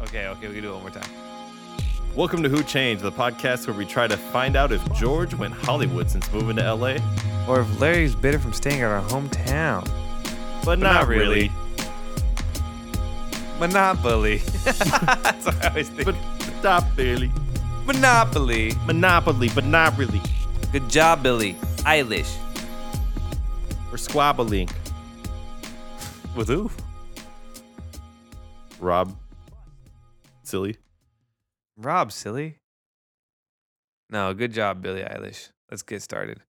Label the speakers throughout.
Speaker 1: Okay, okay, we can do it one more time.
Speaker 2: Welcome to Who Changed, the podcast where we try to find out if George went Hollywood since moving to LA,
Speaker 1: Or if Larry's bitter from staying at our hometown.
Speaker 2: but, not, really.
Speaker 1: Monopoly. That's what I always think.
Speaker 2: But stop, Billy.
Speaker 1: Monopoly.
Speaker 2: Monopoly, but not really.
Speaker 1: Good job, Billy. Eilish.
Speaker 2: We're squabbling. With who? Rob. Silly.
Speaker 1: Rob, silly. No, good job, Billie Eilish. Let's get started.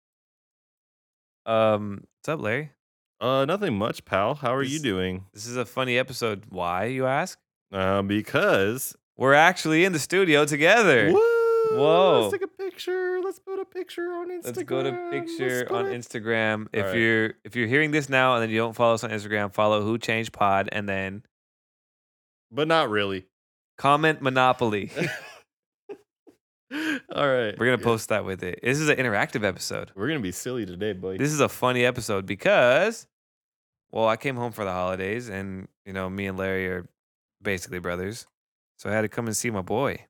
Speaker 1: Um, what's up, Larry?
Speaker 2: Uh, nothing much, pal. How are you
Speaker 1: This-
Speaker 2: doing?
Speaker 1: This is a funny episode. Why, you ask?
Speaker 2: Uh, because.
Speaker 1: We're actually in the studio together.
Speaker 2: Whoa!
Speaker 1: Whoa.
Speaker 2: Let's take a picture. Let's put a picture on Instagram.
Speaker 1: Let's go to picture
Speaker 2: Let's
Speaker 1: on
Speaker 2: put it-
Speaker 1: Instagram. If
Speaker 2: All right.
Speaker 1: you're if you're hearing this now and then you don't follow us on Instagram, follow Who Changed Pod and then
Speaker 2: But not really.
Speaker 1: comment Monopoly.
Speaker 2: All
Speaker 1: We're
Speaker 2: right.
Speaker 1: gonna
Speaker 2: Yeah.
Speaker 1: post that with it. This is an interactive episode.
Speaker 2: We're gonna be silly today, buddy.
Speaker 1: This is a funny episode because, well, I came home for the holidays and you know me and Larry are basically brothers, so I had to come and see my boy.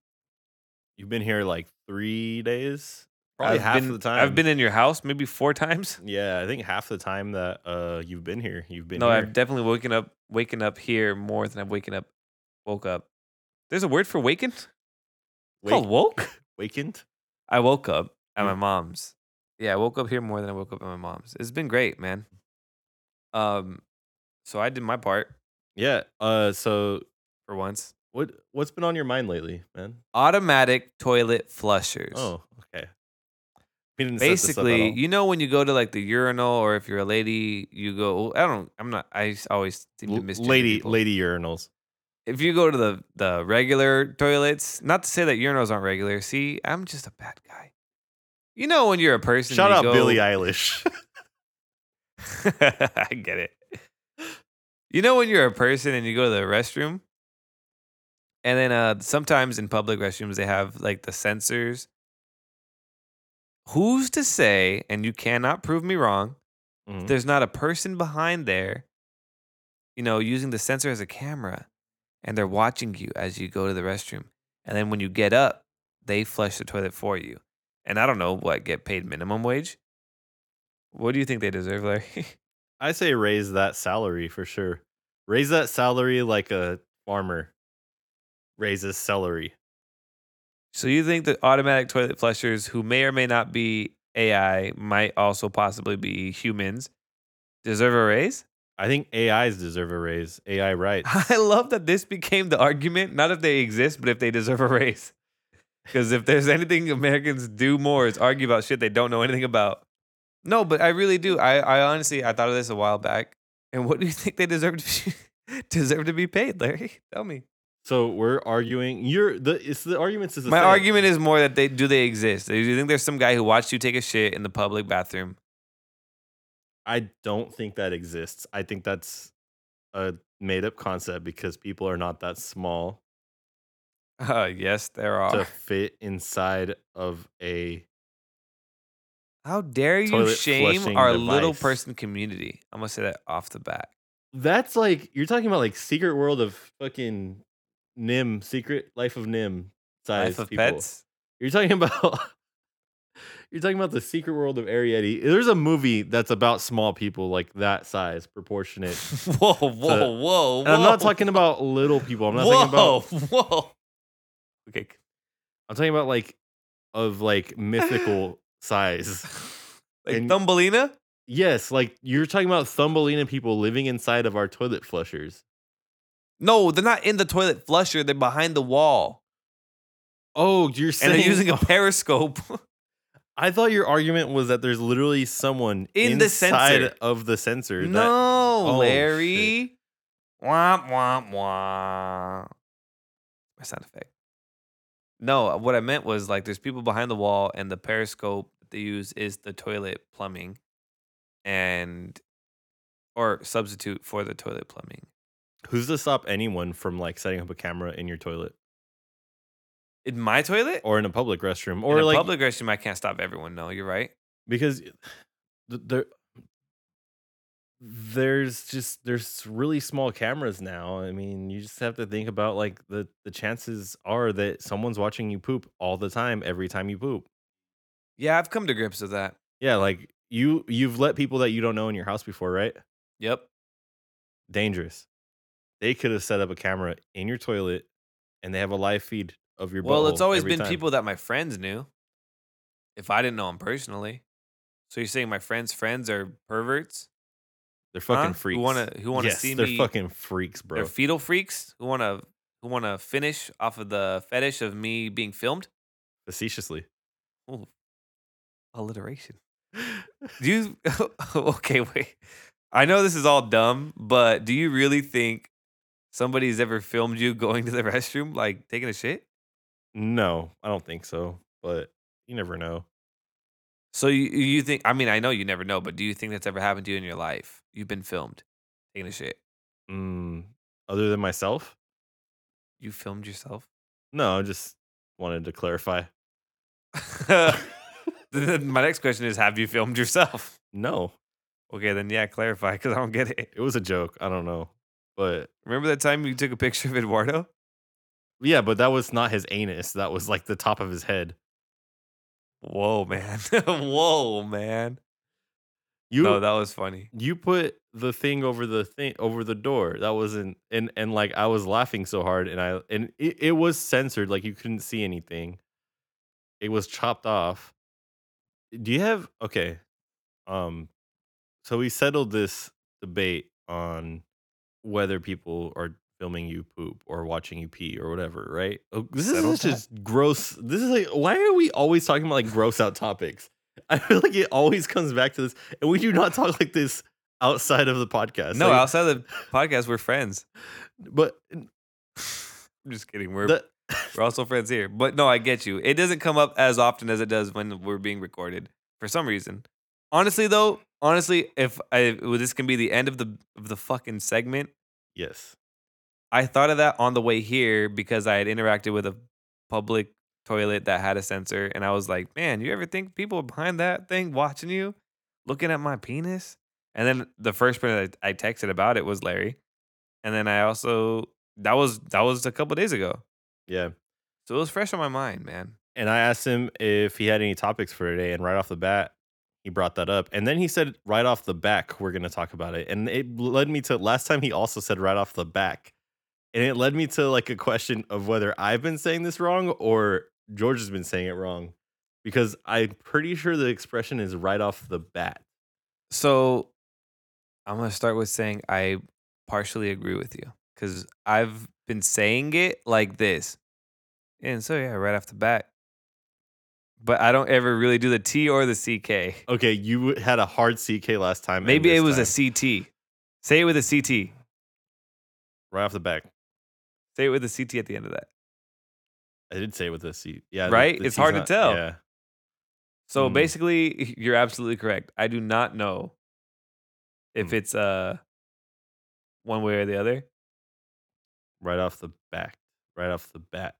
Speaker 2: You've been here like three days. Probably
Speaker 1: I've
Speaker 2: half
Speaker 1: been,
Speaker 2: of the time.
Speaker 1: I've been in your house maybe four times.
Speaker 2: Yeah, I think half the time that uh you've been here, you've been
Speaker 1: no,
Speaker 2: here.
Speaker 1: I've definitely woken up waking up here more than I've waken up woke up. There's a word for waken.
Speaker 2: Wake-
Speaker 1: Called woke.
Speaker 2: wakened.
Speaker 1: I woke up at my
Speaker 2: You-
Speaker 1: mom's. Yeah, I woke up here more than I woke up at my mom's. It's been great, man.
Speaker 2: Mm.
Speaker 1: Um, so I did my part
Speaker 2: Yeah. Uh. So
Speaker 1: for once.
Speaker 2: what what's been on your mind lately, man?
Speaker 1: Automatic toilet flushers.
Speaker 2: Oh, okay. We didn't set this up at
Speaker 1: basically,
Speaker 2: all.
Speaker 1: you know when you go to like the urinal, or if you're a lady, you go. I don't. I'm not. I s- always seem to
Speaker 2: L-
Speaker 1: miss
Speaker 2: lady lady urinals.
Speaker 1: If you go to the the regular toilets, not to say that urinals aren't regular. See, I'm just a bad guy. You know when you're a person.
Speaker 2: Shout
Speaker 1: you
Speaker 2: out
Speaker 1: go,
Speaker 2: Billie Eilish.
Speaker 1: I get it. You know when you're a person and you go to the restroom, and then uh, sometimes in public restrooms they have like the sensors. Who's to say? And you cannot prove me wrong.
Speaker 2: Mhm.
Speaker 1: There's not a person behind there, you know, using the sensor as a camera, and they're watching you as you go to the restroom. And then when you get up, they flush the toilet for you. And I don't know what get paid minimum wage. What do you think they deserve, Larry?
Speaker 2: I say raise that salary for sure. Raise that salary like a farmer raises celery.
Speaker 1: So you think that automatic toilet flushers, who may or may not be AI, might also possibly be humans, deserve a raise?
Speaker 2: I think AIs deserve a raise. AI rights.
Speaker 1: I love that this became the argument, not if they exist, but if they deserve a raise. Because if there's anything Americans do more is argue about shit they don't know anything about. No, but I really do. I, I honestly I thought of this a while back. And what do you think they deserve to be deserve to be paid, Larry? Tell me.
Speaker 2: So we're arguing. You're the. It's the arguments is the
Speaker 1: My
Speaker 2: same.
Speaker 1: argument is more that they do they exist. Do you think there's some guy who watched you take a shit in the public bathroom
Speaker 2: I don't think that exists. I think that's a made up concept because people are not that small
Speaker 1: Uh, yes, there are.
Speaker 2: to fit inside of a.
Speaker 1: How dare you
Speaker 2: Toilet
Speaker 1: shame
Speaker 2: flushing
Speaker 1: our little
Speaker 2: device.
Speaker 1: person community? I'm gonna say that off the bat.
Speaker 2: That's like you're talking about like secret world of fucking Nim, secret life of Nim size
Speaker 1: Life of
Speaker 2: people.
Speaker 1: pets.
Speaker 2: You're talking about You're talking about the secret world of Arietti. There's a movie that's about small people like that size, proportionate.
Speaker 1: whoa, whoa, whoa, whoa!
Speaker 2: And I'm not talking about little people. I'm not
Speaker 1: whoa,
Speaker 2: talking about
Speaker 1: whoa. Okay.
Speaker 2: I'm talking about like of like mythical size.
Speaker 1: Like
Speaker 2: And-
Speaker 1: Thumbelina.
Speaker 2: Yes, like you're talking about Thumbelina people living inside of our toilet flushers.
Speaker 1: No, they're not in the toilet flusher. They're behind the wall,
Speaker 2: Oh, you're
Speaker 1: and
Speaker 2: saying
Speaker 1: they're using a periscope.
Speaker 2: I thought your argument was that there's literally someone
Speaker 1: In the
Speaker 2: inside
Speaker 1: sensor.
Speaker 2: of the sensor. that-
Speaker 1: no,
Speaker 2: oh,
Speaker 1: Larry. Womp womp womp. My sound effect. No, uh, what I meant was like there's people behind the wall, and the periscope that they use is the toilet plumbing, and or substitute for the toilet plumbing.
Speaker 2: who's to stop anyone from like setting up a camera in your toilet
Speaker 1: In my toilet
Speaker 2: or in a public restroom
Speaker 1: or
Speaker 2: or
Speaker 1: in a
Speaker 2: like
Speaker 1: public restroom, I can't stop everyone. No, you're right.
Speaker 2: because th- there there's just there's really small cameras now. I mean, you just have to think about like the the chances are that someone's watching you poop all the time every time you poop.
Speaker 1: Yeah, I've come to grips with that.
Speaker 2: Yeah, like you you've let people that you don't know in your house before, right?
Speaker 1: Yep.
Speaker 2: Dangerous. They could have set up a camera in your toilet and they have a live feed of your
Speaker 1: Well, it's
Speaker 2: butthole
Speaker 1: always
Speaker 2: every
Speaker 1: been
Speaker 2: time.
Speaker 1: people that my friends knew. If I didn't know them personally, so you're saying my friends' friends are perverts?
Speaker 2: they're
Speaker 1: huh?
Speaker 2: fucking freaks.
Speaker 1: Who want to? Who want to
Speaker 2: Yes,
Speaker 1: see
Speaker 2: they're
Speaker 1: me?
Speaker 2: fucking freaks, bro.
Speaker 1: They're fetal freaks. Who want to? Who want to finish off of the fetish of me being filmed?
Speaker 2: Facetiously.
Speaker 1: Ooh, alliteration. Do you? okay, wait. I know this is all dumb, but do you really think somebody's ever filmed you going to the restroom, like taking a shit?
Speaker 2: No, I don't think so, but you never know.
Speaker 1: So you you think? I mean, I know you never know, but do you think that's ever happened to you in your life? You've been filmed taking a shit.
Speaker 2: Mm, other than myself?
Speaker 1: You filmed yourself.
Speaker 2: No, I just wanted to clarify.
Speaker 1: Then My next question is: Have you filmed yourself?
Speaker 2: No,
Speaker 1: Okay, then yeah, clarify because I don't get it.
Speaker 2: it was a joke. I don't know. But
Speaker 1: Remember that time you took a picture of Eduardo?
Speaker 2: yeah, but that was not his anus. That was like the top of his head.
Speaker 1: Whoa, man! Whoa, man!
Speaker 2: You
Speaker 1: no, that was funny.
Speaker 2: you put the thing over the thing over the door. That wasn't and and like I was laughing so hard and I and it, it was censored like you couldn't see anything. It was chopped off. Do you have okay. Um so we settled this debate on whether people are filming you poop or watching you pee or whatever, right? Oh, This
Speaker 1: Settled
Speaker 2: is just gross. This is like why are we always talking about like gross out topics? I feel like it always comes back to this, and we do not talk like this outside of the podcast.
Speaker 1: no,
Speaker 2: Like,
Speaker 1: outside of the podcast, we're friends.
Speaker 2: but
Speaker 1: I'm just kidding. We're
Speaker 2: the,
Speaker 1: we're also friends here. But no, I get you. It doesn't come up as often as it does when we're being recorded for some reason. Honestly, though, honestly, if I well, this can be the end of the of the fucking segment,
Speaker 2: yes,
Speaker 1: I thought of that on the way here because I had interacted with a public toilet that had a sensor, and I was like, "Man, you ever think people are behind that thing watching you, looking at my penis?" And then the first person I, I texted about it was Larry, and then I also that was that was a couple days ago,
Speaker 2: yeah.
Speaker 1: so it was fresh on my mind, man.
Speaker 2: And I asked him if he had any topics for today, and right off the bat, he brought that up. And then he said, right off the back, we're going to talk about it. And it led me to last time he also said, right off the back. And it led me to like a question of whether I've been saying this wrong or George has been saying it wrong, because I'm pretty sure the expression is right off the bat.
Speaker 1: So I'm gonna start with saying I partially agree with you because I've been saying it like this, and so yeah, right off the bat. But I don't ever really do the T or the CK.
Speaker 2: Okay, you had a hard CK last time. and
Speaker 1: Maybe
Speaker 2: Oh, this
Speaker 1: it was
Speaker 2: time.
Speaker 1: a CT. Say it with a CT.
Speaker 2: right off the back.
Speaker 1: Say it with a CT at the end of that.
Speaker 2: I did say it with a C. Yeah,
Speaker 1: Right? It's
Speaker 2: T's
Speaker 1: hard to tell.
Speaker 2: Yeah,
Speaker 1: So
Speaker 2: Mm.
Speaker 1: basically, you're absolutely correct. I do not know if
Speaker 2: Mm.
Speaker 1: it's uh one way or the other.
Speaker 2: right off the back, right off the bat.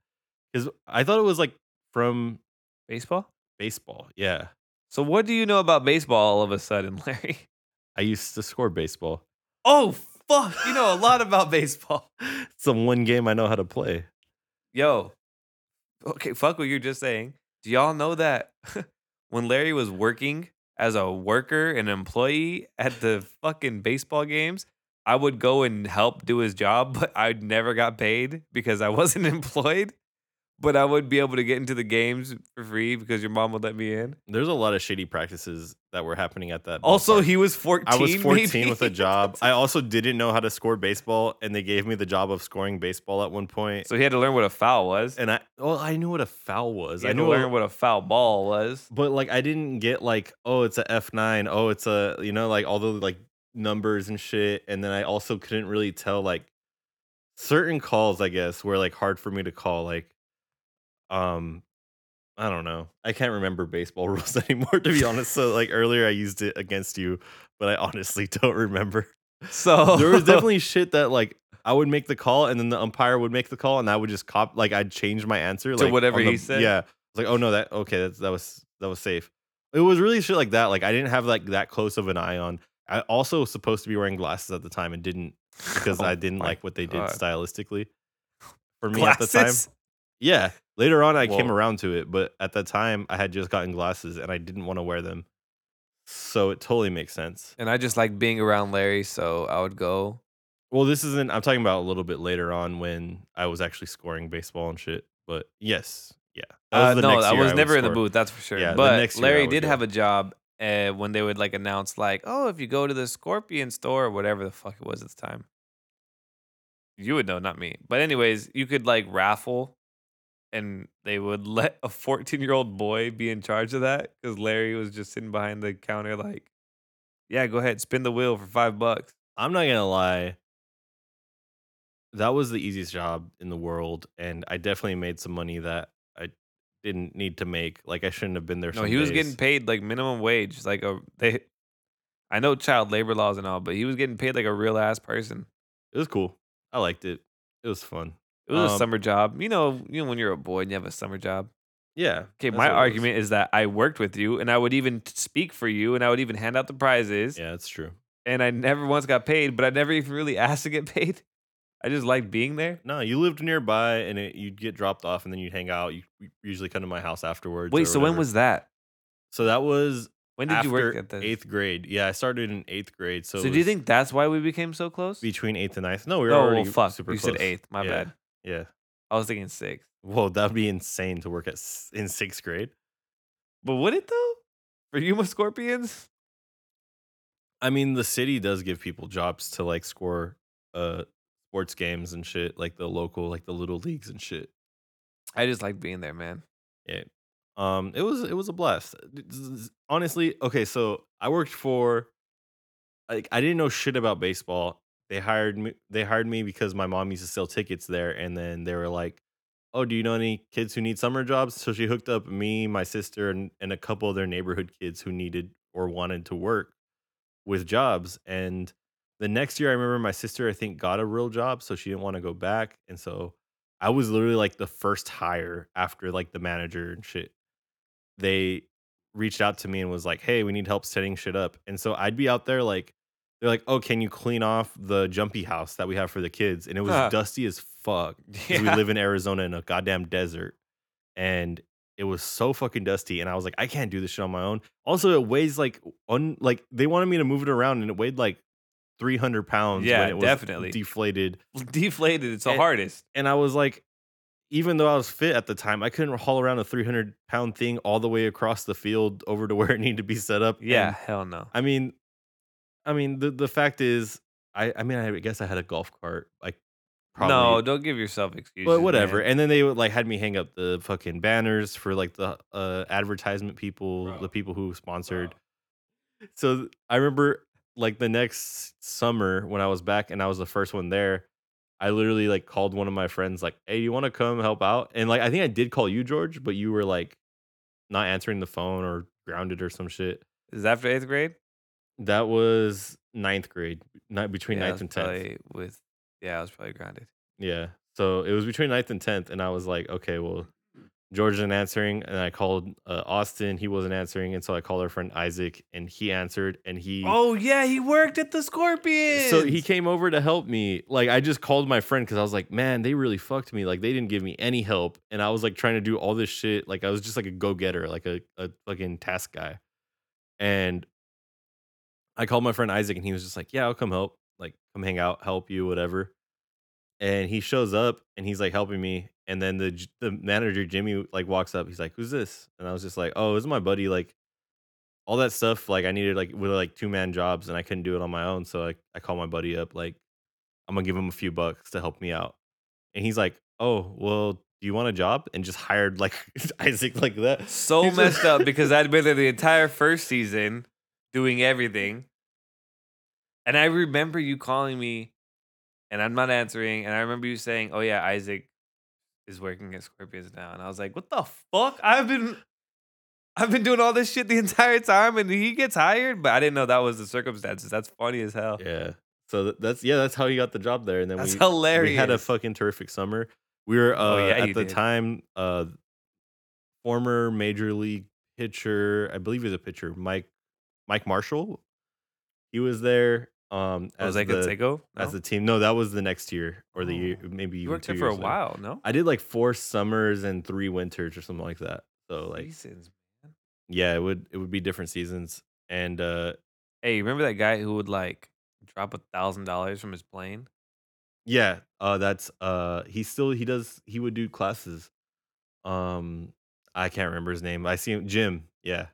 Speaker 2: Because I thought it was like from
Speaker 1: Baseball.
Speaker 2: baseball. Yeah,
Speaker 1: So what do you know about baseball all of a sudden, Larry?
Speaker 2: I used to score baseball.
Speaker 1: Oh fuck, you know a lot about baseball.
Speaker 2: It's the one game I know how to play.
Speaker 1: Yo. Okay, fuck what you're just saying. Do y'all know that when Larry was working as a worker and employee at the fucking baseball games, I would go and help do his job, but I never got paid because I wasn't employed. But I would be able to get into the games for free because your mom would let me in.
Speaker 2: There's a lot of shady practices that were happening at that.
Speaker 1: Also,
Speaker 2: ballpark.
Speaker 1: he was 14.
Speaker 2: Oh, I was 14
Speaker 1: maybe.
Speaker 2: with a job. I also didn't know how to score baseball, and they gave me the job of scoring baseball at one point.
Speaker 1: so he had to learn what a foul was.
Speaker 2: and I, well, I knew what a foul was.
Speaker 1: He
Speaker 2: I
Speaker 1: had to
Speaker 2: knew a-
Speaker 1: learn what a foul ball was.
Speaker 2: but like I didn't get like oh it's a F nine oh it's a you know like all the like numbers and shit and then I also couldn't really tell like certain calls I guess were like hard for me to call like um I don't know I can't remember baseball rules anymore to be honest so like earlier I used it against you but I honestly don't remember
Speaker 1: So
Speaker 2: there was definitely shit that like I would make the call and then the umpire would make the call and I would just cop like I'd change my answer
Speaker 1: To
Speaker 2: like,
Speaker 1: whatever
Speaker 2: on the-
Speaker 1: he said?
Speaker 2: Yeah. It's like, oh no, that okay, that's that was that was safe. It was really shit like that. Like I didn't have like that close of an eye on. I also was supposed to be wearing glasses at the time and didn't because
Speaker 1: Oh
Speaker 2: I didn't
Speaker 1: my
Speaker 2: like what they did
Speaker 1: God.
Speaker 2: stylistically. For me
Speaker 1: Glasses?
Speaker 2: at the time, yeah. Later on, I came
Speaker 1: Whoa.
Speaker 2: around to it, but at that time, I had just gotten glasses and I didn't want to wear them, so it totally makes sense.
Speaker 1: And I just like being around Larry, so I would go.
Speaker 2: Well, this isn't. I'm talking about a little bit later on when I was actually scoring baseball and shit. But yes, yeah. That
Speaker 1: Uh,
Speaker 2: the
Speaker 1: no,
Speaker 2: next
Speaker 1: I
Speaker 2: year
Speaker 1: was
Speaker 2: would
Speaker 1: never in the
Speaker 2: score.
Speaker 1: booth, that's for sure.
Speaker 2: Yeah, the
Speaker 1: but
Speaker 2: next year I
Speaker 1: Larry
Speaker 2: would
Speaker 1: did
Speaker 2: go.
Speaker 1: have a job uh, when they would like announce like, oh, if you go to the Scorpion store or whatever the fuck it was at the time. You would know, not me. But anyways, you could like raffle, and they would let a 14 year old boy be in charge of that because Larry was just sitting behind the counter like, yeah, go ahead, spin the wheel for five bucks.
Speaker 2: I'm not gonna lie. That was the easiest job in the world, and I definitely made some money that I didn't need to make. Like I shouldn't have been there.
Speaker 1: No,
Speaker 2: some
Speaker 1: he was
Speaker 2: days.
Speaker 1: getting paid like minimum wage, like a they. I know child labor laws and all, but he was getting paid like a real ass person.
Speaker 2: It was cool. I liked it. It was fun.
Speaker 1: It was a
Speaker 2: Um,
Speaker 1: summer job, you know. You know when you're a boy and you have a summer job.
Speaker 2: Yeah.
Speaker 1: Okay,
Speaker 2: that's
Speaker 1: my
Speaker 2: what it was.
Speaker 1: argument is that I worked with you, and I would even t- speak for you, and I would even hand out the prizes,
Speaker 2: Yeah, that's true.
Speaker 1: and I never once got paid, but I never even really asked to get paid. I just liked being there.
Speaker 2: No, you lived nearby, and it, you'd get dropped off, and then you'd hang out. You you usually come to my house afterwards. or
Speaker 1: Wait, so when
Speaker 2: whatever.
Speaker 1: was that?
Speaker 2: so that was
Speaker 1: When did
Speaker 2: after
Speaker 1: you work at the
Speaker 2: eighth grade? Yeah, I started in eighth grade. So,
Speaker 1: So,
Speaker 2: it
Speaker 1: do you
Speaker 2: was
Speaker 1: think that's why we became so close?
Speaker 2: between eighth and ninth? No, we were
Speaker 1: oh well,
Speaker 2: already
Speaker 1: fuck.
Speaker 2: super
Speaker 1: you
Speaker 2: close.
Speaker 1: said eighth. My
Speaker 2: Yeah.
Speaker 1: bad.
Speaker 2: Yeah.
Speaker 1: I was thinking sixth.
Speaker 2: Whoa, that'd be insane to work at s- in sixth grade.
Speaker 1: But would it though? For Yuma Scorpions?
Speaker 2: I mean, the city does give people jobs to like score uh sports games and shit, like the local, like the little leagues and shit.
Speaker 1: I just like being there, man.
Speaker 2: Um, it was it was a blast. D- d- d- Honestly, okay, so I worked for like I didn't know shit about baseball. They hired me they hired me because my mom used to sell tickets there and then they were like, "Oh, do you know any kids who need summer jobs?" So she hooked up me, my sister and and a couple of their neighborhood kids who needed or wanted to work with jobs and the next year I remember my sister I think got a real job so she didn't want to go back and so I was literally like the first hire after like the manager and shit. They reached out to me and was like, "Hey, we need help setting shit up." And so I'd be out there like they're like, "Oh, can you clean off the jumpy house that we have for the kids?" And it was
Speaker 1: Huh.
Speaker 2: dusty as fuck. 'cause We live in Arizona in a goddamn desert. And it was so fucking dusty and I was like, "I can't do this shit on my own." Also, it weighs like un like they wanted me to move it around and it weighed like 300 pounds
Speaker 1: Yeah,
Speaker 2: when it was
Speaker 1: definitely.
Speaker 2: deflated
Speaker 1: Deflated, it's the
Speaker 2: And-
Speaker 1: hardest.
Speaker 2: and I was like, even though I was fit at the time, I couldn't haul around a 300 pound thing all the way across the field over to where it needed to be set up. And,
Speaker 1: Yeah, hell no.
Speaker 2: I mean, I mean, the, the fact is, I, I mean, I guess I had a golf cart. Like,
Speaker 1: No, don't give yourself excuses.
Speaker 2: but whatever.
Speaker 1: man.
Speaker 2: And then they would, like had me hang up the fucking banners for like the uh, advertisement people,
Speaker 1: Bro.
Speaker 2: the people who sponsored. So th- I remember like the next summer when I was back and I was the first one there. I literally like called one of my friends like, "Hey, you want to come help out?" And like I think I did call you George, but you were like not answering the phone or grounded or some shit.
Speaker 1: Is that after eighth grade?
Speaker 2: That was ninth grade, not between
Speaker 1: Yeah, I
Speaker 2: ninth
Speaker 1: was
Speaker 2: and tenth.
Speaker 1: probably With yeah, I was probably grounded.
Speaker 2: Yeah. So it was between 9th and 10th. And I was like, okay, well, George isn't answering. And I called uh, Austin. He wasn't answering. And so I called our friend Isaac and he answered. And he.
Speaker 1: Oh yeah, he worked at the Scorpions.
Speaker 2: So he came over to help me. Like I just called my friend because I was like, man, they really fucked me. Like they didn't give me any help, and I was like trying to do all this shit. Like I was just like a go getter, like a a fucking task guy. And I called my friend Isaac, and he was just like, yeah, I'll come help. Like come hang out, help you, whatever. And he shows up, and he's like helping me. And then the J- the manager Jimmy like walks up. He's like, who's this? And I was just like, oh, this is my buddy. Like all that stuff like i needed like with like two man jobs and i couldn't do it on my own so like i called my buddy up like i'm gonna give him a few bucks to help me out and he's like oh well do you want a job and just hired like isaac like that
Speaker 1: so
Speaker 2: He's just-
Speaker 1: messed up because I'd been there the entire first season doing everything. And I remember you calling me and I'm not answering. And I remember you saying, Oh yeah, Isaac is working at Scorpions now. And I was like, What the fuck? I've been I've been doing all this shit the entire time and he gets hired, but I didn't know that was the circumstances. That's funny as hell.
Speaker 2: yeah so th- that's yeah that's how he got the job there and then
Speaker 1: That's
Speaker 2: we,
Speaker 1: hilarious.
Speaker 2: we had a fucking terrific summer we were uh,
Speaker 1: Oh, yeah,
Speaker 2: at
Speaker 1: you
Speaker 2: the
Speaker 1: did.
Speaker 2: time uh former major league pitcher i believe he was a pitcher mike mike marshall He was there um as
Speaker 1: Jose
Speaker 2: the,
Speaker 1: Canseco? oh, No?
Speaker 2: as the team. No, that was the next year or the year
Speaker 1: Oh.
Speaker 2: maybe
Speaker 1: you
Speaker 2: even
Speaker 1: worked
Speaker 2: two
Speaker 1: there for a
Speaker 2: years later.
Speaker 1: while, no?
Speaker 2: I did like four summers and three winters or something like that. So like
Speaker 1: Seasons.
Speaker 2: yeah, it would it would be different seasons. And uh
Speaker 1: Hey, remember that guy who would like drop a thousand dollars from his plane?
Speaker 2: yeah, uh that's uh he still he does he would do classes. Um I can't remember his name. I see him Jim. Yeah.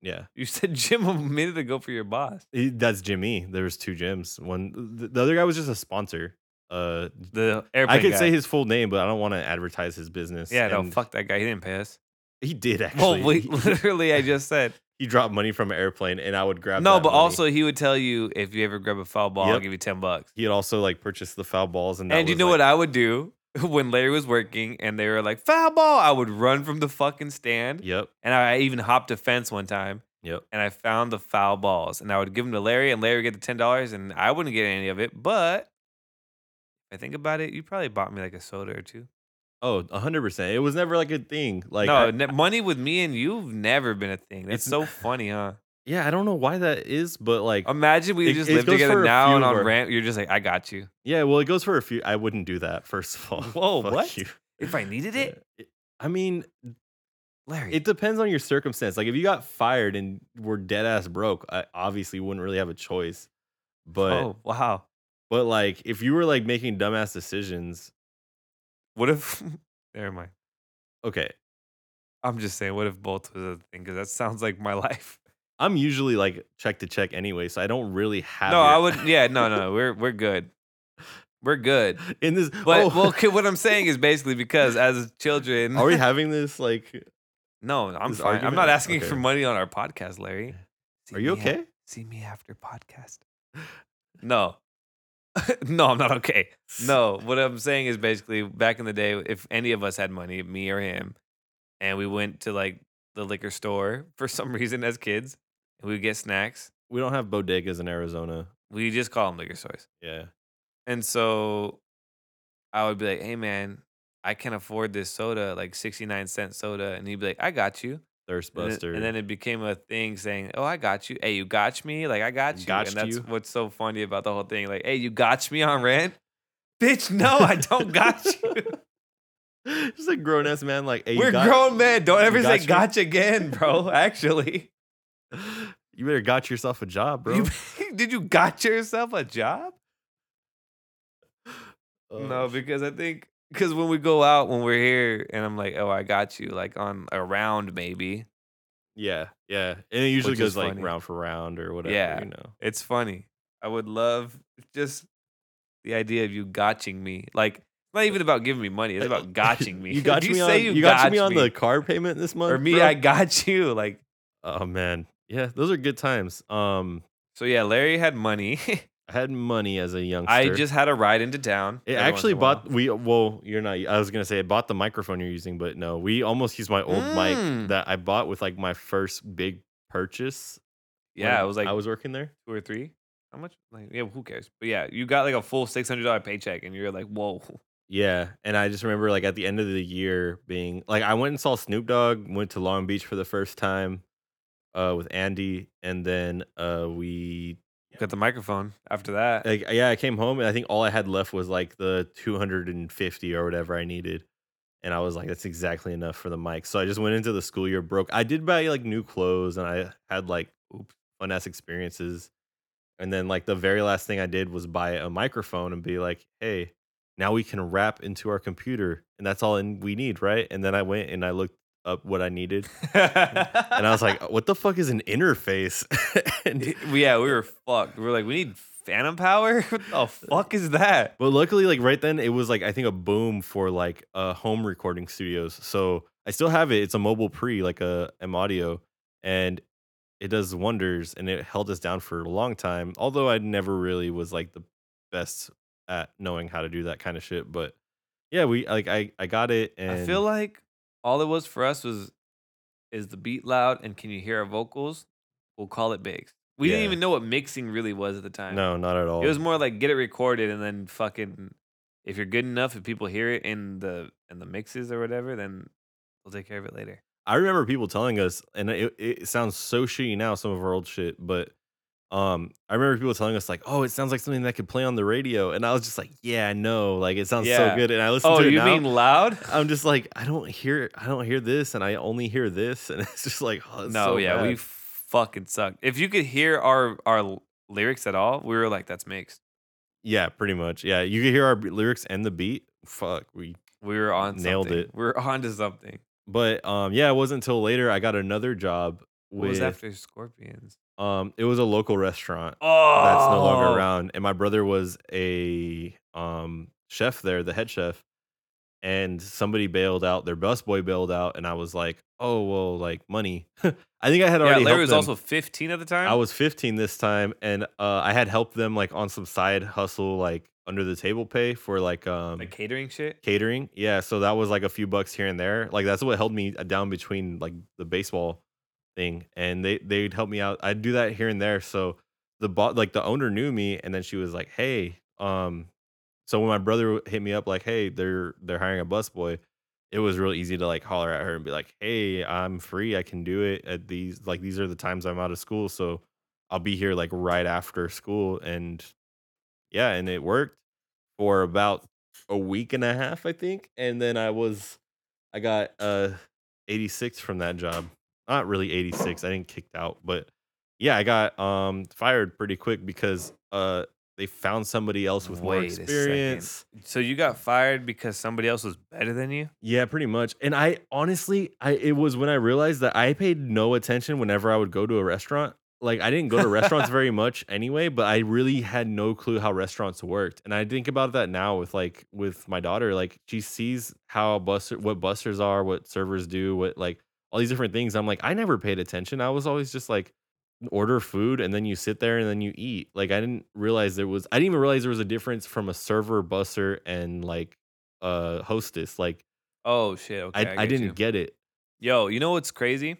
Speaker 2: Yeah.
Speaker 1: You said Jim a minute ago for your boss.
Speaker 2: He, that's Jimmy. There was two Jims. One the, the other guy was just a sponsor. Uh
Speaker 1: The airplane.
Speaker 2: I could
Speaker 1: guy.
Speaker 2: say his full name, but I don't want to advertise his business.
Speaker 1: Yeah, no,
Speaker 2: and
Speaker 1: fuck that guy. He didn't pay us.
Speaker 2: He did
Speaker 1: Well,
Speaker 2: actually.
Speaker 1: we,
Speaker 2: He-
Speaker 1: literally, I just said
Speaker 2: he dropped money from an airplane and I would grab
Speaker 1: no,
Speaker 2: that
Speaker 1: but
Speaker 2: money.
Speaker 1: also he would tell you if you ever grab a foul ball, I'll
Speaker 2: Yep.
Speaker 1: give you ten bucks.
Speaker 2: he had also like purchased the foul balls and that
Speaker 1: And you
Speaker 2: was,
Speaker 1: know
Speaker 2: like-
Speaker 1: what I would do when Larry was working and they were like foul ball, I would run from the fucking stand.
Speaker 2: Yep.
Speaker 1: And I even hopped a fence one time
Speaker 2: Yep.
Speaker 1: and I found the foul balls and I would give them to Larry and Larry would get the ten dollars and I wouldn't get any of it. But if I think about it, you probably bought me like a soda or two.
Speaker 2: Oh, hundred percent. It was never like a thing. Like
Speaker 1: no,
Speaker 2: I-
Speaker 1: ne- money with me and you've never been a thing. That's
Speaker 2: It's-
Speaker 1: so funny, huh?
Speaker 2: yeah, I don't know why that is, but like
Speaker 1: Imagine we
Speaker 2: It-
Speaker 1: just
Speaker 2: it
Speaker 1: live
Speaker 2: goes for
Speaker 1: together
Speaker 2: a
Speaker 1: now
Speaker 2: few
Speaker 1: and
Speaker 2: of
Speaker 1: on
Speaker 2: our-
Speaker 1: rant, you're just like, I got you.
Speaker 2: yeah, well, it goes for a few. I wouldn't do that first of all.
Speaker 1: Whoa,
Speaker 2: Fuck
Speaker 1: what?
Speaker 2: you.
Speaker 1: If I needed it,
Speaker 2: It- I mean,
Speaker 1: Larry.
Speaker 2: it depends on your circumstance. Like if you got fired and were dead ass broke, I obviously wouldn't really have a choice. But
Speaker 1: oh wow.
Speaker 2: but like if you were like making dumbass decisions,
Speaker 1: What if? Never mind.
Speaker 2: okay,
Speaker 1: I'm just saying. What if both was a thing? Because that sounds like my life.
Speaker 2: I'm usually like check to check anyway, so I don't really have.
Speaker 1: No,
Speaker 2: your-
Speaker 1: I would. Yeah, no, no, no. We're we're good. We're good.
Speaker 2: in this.
Speaker 1: But
Speaker 2: oh,
Speaker 1: well, 'cause what I'm saying is basically because as children,
Speaker 2: are we having this like?
Speaker 1: no, I'm
Speaker 2: this
Speaker 1: fine. I'm
Speaker 2: argument?
Speaker 1: not asking for
Speaker 2: Okay.
Speaker 1: money on our podcast, Larry. See
Speaker 2: Are you
Speaker 1: me a-
Speaker 2: okay?
Speaker 1: see me after podcast. No, no, I'm not okay. No, what I'm saying is basically back in the day, if any of us had money, me or him, and we went to like the liquor store for some reason as kids, and we would get snacks.
Speaker 2: We don't have bodegas in Arizona.
Speaker 1: We just call them liquor stores.
Speaker 2: Yeah.
Speaker 1: And so I would be like, hey, man, I can afford this soda, like 69 cent soda. And he'd be like, I got you.
Speaker 2: Thirst
Speaker 1: And then-
Speaker 2: Buster.
Speaker 1: And then it became a thing saying, "Oh, I got you. Hey, you got me. Like I got you."
Speaker 2: Gotched
Speaker 1: and that's
Speaker 2: you.
Speaker 1: what's so funny about the whole thing. Like, "Hey, you got me on rent." Bitch, no, I don't got you.
Speaker 2: Just a grown ass man, like hey, you
Speaker 1: We're
Speaker 2: got-
Speaker 1: grown men. Don't ever
Speaker 2: you
Speaker 1: say
Speaker 2: got
Speaker 1: "gotcha" again, bro. Actually,
Speaker 2: your- You better got yourself a job, bro.
Speaker 1: You- did you gotcha yourself a job?
Speaker 2: Uh,
Speaker 1: No, because I think because when we go out when we're here, and I'm like, "Oh, I got you," like on a round maybe.
Speaker 2: yeah, yeah, and it usually
Speaker 1: Which
Speaker 2: goes
Speaker 1: is
Speaker 2: like
Speaker 1: funny.
Speaker 2: round for round or whatever.
Speaker 1: Yeah.
Speaker 2: you know.
Speaker 1: It's funny. I would love just the idea of you gotching me. Like, it's not even about giving me money. It's about gotching me.
Speaker 2: You got
Speaker 1: If
Speaker 2: me on.
Speaker 1: say
Speaker 2: You, got
Speaker 1: gotch
Speaker 2: me on the car payment this month,
Speaker 1: or me.
Speaker 2: bro?
Speaker 1: I got you. Like,
Speaker 2: Oh man, yeah, those are good times. Um,
Speaker 1: so yeah, Larry had money.
Speaker 2: I had money as a youngster.
Speaker 1: I just had a ride into town.
Speaker 2: It
Speaker 1: every once
Speaker 2: actually
Speaker 1: in a while.
Speaker 2: bought we well you're not I was gonna say it bought the microphone you're using but no we almost used my old
Speaker 1: Mm.
Speaker 2: mic that I bought with like my first big purchase.
Speaker 1: Yeah,
Speaker 2: when
Speaker 1: it was like
Speaker 2: I was working there.
Speaker 1: two or three. How much? Like, yeah, who cares? But yeah, you got like a full six hundred dollar paycheck, and you're like, whoa.
Speaker 2: Yeah, and I just remember like at the end of the year being like I went and saw Snoop Dogg, went to Long Beach for the first time uh with Andy, and then uh we
Speaker 1: Got the microphone after that.
Speaker 2: like yeah I came home and I think all I had left was like the 250 or whatever I needed. And I was like, that's exactly enough for the mic. So I just went into the school year broke. I did buy like new clothes and I had like fun ass experiences. And then like the very last thing I did was buy a microphone and be like, hey, now we can rap into our computer and that's all in- we need, right? And then I went and I looked up what I needed and
Speaker 1: and
Speaker 2: I was like, what the fuck is an interface? and,
Speaker 1: yeah, we were fucked. We were like, we need phantom power. What the fuck is that?
Speaker 2: But luckily, like right then, it was like I think a boom for like uh, home recording studios. So I still have it. It's a mobile pre, like a M Audio, and it does wonders. And it held us down for a long time. Although I never really was like the best at knowing how to do that kind of shit. But yeah, we like I I got it. And
Speaker 1: I feel like all it was for us was is the beat loud and can you hear our vocals? We'll call it bigs. We didn't
Speaker 2: Yeah.
Speaker 1: even know what mixing really was at the time.
Speaker 2: no, not at all.
Speaker 1: It was more like get it recorded and then fucking if you're good enough, if people hear it in the in the mixes or whatever, then we'll take care of it later.
Speaker 2: I remember people telling us, and it, it sounds so shitty now, some of our old shit, but Um, I remember people telling us like, "Oh, it sounds like something that could play on the radio," and I was just like, "Yeah, I know. Like, it sounds
Speaker 1: Yeah.
Speaker 2: so good." And I listen
Speaker 1: Oh,
Speaker 2: to it
Speaker 1: you
Speaker 2: now.
Speaker 1: mean loud?
Speaker 2: I'm just like, I don't hear, I don't hear this, and I only hear this, and it's just like, oh, it's
Speaker 1: no,
Speaker 2: so
Speaker 1: yeah, we
Speaker 2: bad.
Speaker 1: fucking suck. If you could hear our our l- lyrics at all, we were like, that's mixed.
Speaker 2: yeah, pretty much, yeah. You can hear our b- lyrics and the beat. Fuck, we.
Speaker 1: We were on
Speaker 2: Nailed
Speaker 1: something.
Speaker 2: it.
Speaker 1: We were on to something.
Speaker 2: But um, yeah, it wasn't until later I got another job
Speaker 1: What was
Speaker 2: with
Speaker 1: after Scorpions?
Speaker 2: um, it was a local restaurant
Speaker 1: Oh,
Speaker 2: that's no longer around, and my brother was a um chef there, the head chef, and somebody bailed out, their busboy bailed out, and I was like, oh well, like money. I think I had
Speaker 1: Yeah,
Speaker 2: already.
Speaker 1: Larry
Speaker 2: helped
Speaker 1: was
Speaker 2: them.
Speaker 1: also 15 at the time.
Speaker 2: I was 15 this time, and uh, I had helped them like on some side hustle, like under the table pay for like um
Speaker 1: like catering shit.
Speaker 2: catering. Yeah, so that was like a few bucks here and there. Like that's what held me uh, down between like the baseball thing, and they they'd help me out. I'd do that here and there. So the bot like the owner knew me, and then she was like, "Hey, um," so when my brother hit me up like, "Hey, they're they're hiring a busboy." It was real easy to like holler at her and be like, "Hey, I'm free. I can do it at these like these are the times I'm out of school, so I'll be here like right after school." And yeah, and it worked for about a week and a half, I think. And then I was, I got uh 86 from that job. Not really 86. I didn't kicked out, but yeah, I got um fired pretty quick because uh they found somebody else with more
Speaker 1: Wait a second.
Speaker 2: experience.
Speaker 1: So you got fired because somebody else was better than you?
Speaker 2: Yeah, pretty much. And I honestly, I it was when I realized that I paid no attention whenever I would go to a restaurant. Like I didn't go to restaurants very much anyway, but I really had no clue how restaurants worked. And I think about that now with like with my daughter. Like she sees how buster what busters are, what servers do, what like all these different things. I'm like, I never paid attention. I was always just like order food and then you sit there and then you eat. Like I didn't realize there was I didn't even realize there was a difference from a server, busser, and like uh hostess. Like
Speaker 1: Oh shit. Okay.
Speaker 2: I, I
Speaker 1: get
Speaker 2: didn't
Speaker 1: you.
Speaker 2: get it.
Speaker 1: Yo, you know what's crazy?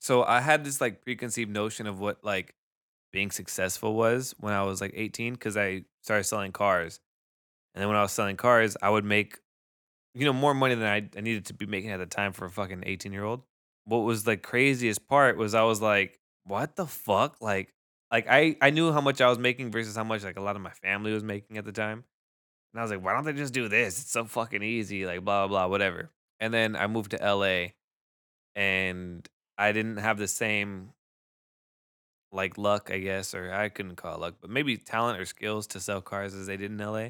Speaker 1: So I had this like preconceived notion of what like being successful was when I was like 18 because I started selling cars. And then when I was selling cars, I would make, you know, more money than I, I needed to be making at the time for a fucking 18 year old. What was the craziest part was I was like, what the fuck? Like, like I, I knew how much I was making versus how much like a lot of my family was making at the time. And I was like, why don't they just do this? It's so fucking easy, like blah, blah, blah, whatever. And then I moved to LA and I didn't have the same like luck, I guess, or I couldn't call it luck, but maybe talent or skills to sell cars as they did in LA.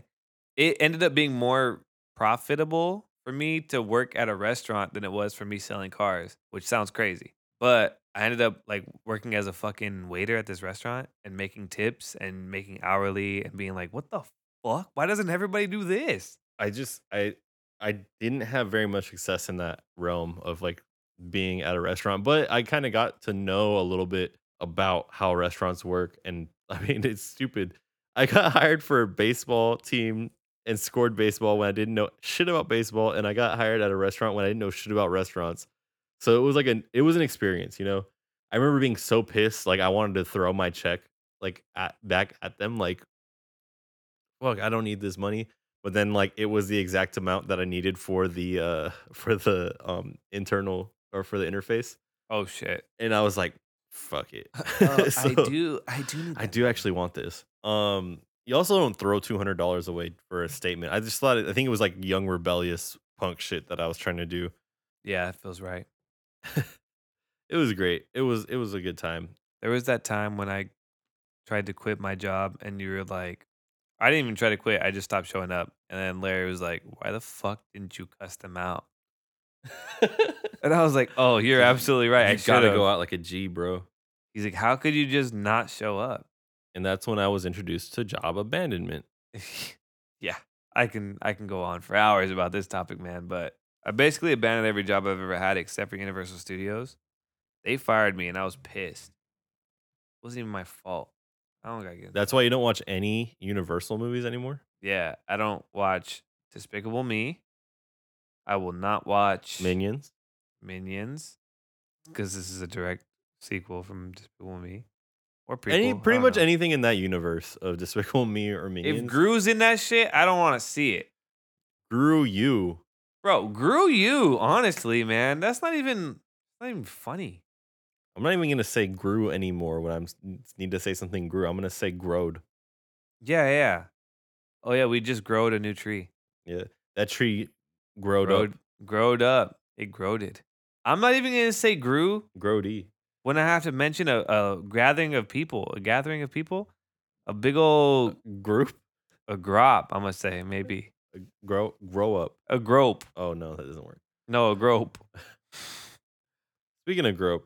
Speaker 1: It ended up being more profitable for me to work at a restaurant than it was for me selling cars, which sounds crazy. But I ended up like working as a fucking waiter at this restaurant and making tips and making hourly and being like, what the fuck? Why doesn't everybody do this?
Speaker 2: I just I I didn't have very much success in that realm of like being at a restaurant, but I kind of got to know a little bit about how restaurants work and I mean it's stupid. I got hired for a baseball team and scored baseball when I didn't know shit about baseball and I got hired at a restaurant when I didn't know shit about restaurants. So it was like an it was an experience, you know. I remember being so pissed like I wanted to throw my check like at, back at them like fuck, I don't need this money but then like it was the exact amount that I needed for the uh for the um internal or for the interface,
Speaker 1: Oh shit.
Speaker 2: and I was like, fuck it.
Speaker 1: Uh,
Speaker 2: So,
Speaker 1: I do. I do. Need
Speaker 2: I
Speaker 1: that.
Speaker 2: do actually want this. Um, you also don't throw two hundred dollars away for a statement. I just thought it, I think it was like young rebellious punk shit that I was trying to do.
Speaker 1: Yeah, it feels right.
Speaker 2: It was great. It was it was a good time.
Speaker 1: There was that time when I tried to quit my job, and you were like, I didn't even try to quit. I just stopped showing up. And then Larry was like, Why the fuck didn't you cuss them out? And I was like, Oh, you're absolutely right. I
Speaker 2: you gotta
Speaker 1: should've."
Speaker 2: go out like a G, bro.
Speaker 1: He's like, How could you just not show up?
Speaker 2: And that's when I was introduced to job abandonment.
Speaker 1: yeah, I can I can go on for hours about this topic, man. But I basically abandoned every job I've ever had except for Universal Studios. They fired me, and I was pissed. wasn't even my fault. I don't gotta get.
Speaker 2: That's why you don't watch any Universal movies anymore.
Speaker 1: Yeah, I don't watch Despicable Me. I will not watch
Speaker 2: Minions.
Speaker 1: Minions because this is a direct sequel from Despicable Me or prequel.
Speaker 2: Any,
Speaker 1: I
Speaker 2: pretty
Speaker 1: don't
Speaker 2: much
Speaker 1: know.
Speaker 2: anything in that universe of Despicable Me or Minions.
Speaker 1: If Gru's in that shit, I don't want to see it,
Speaker 2: Gru you.
Speaker 1: bro. Gru, you honestly, man, that's not even not even funny.
Speaker 2: I'm not even gonna say grew anymore when I'm s- need to say something grew. I'm gonna say growed.
Speaker 1: Yeah, yeah, yeah. Oh yeah, we just growed a new tree.
Speaker 2: That tree growed
Speaker 1: Growed,
Speaker 2: up.
Speaker 1: growed up. It growed. I'm not even gonna say grew
Speaker 2: Grody.
Speaker 1: when I have to mention a, a gathering of people, a gathering of people, a big old
Speaker 2: Group.
Speaker 1: a grop. I'm gonna say maybe
Speaker 2: Grow grow up.
Speaker 1: a grope.
Speaker 2: Oh no, that doesn't work.
Speaker 1: No, a grope.
Speaker 2: Speaking of grow,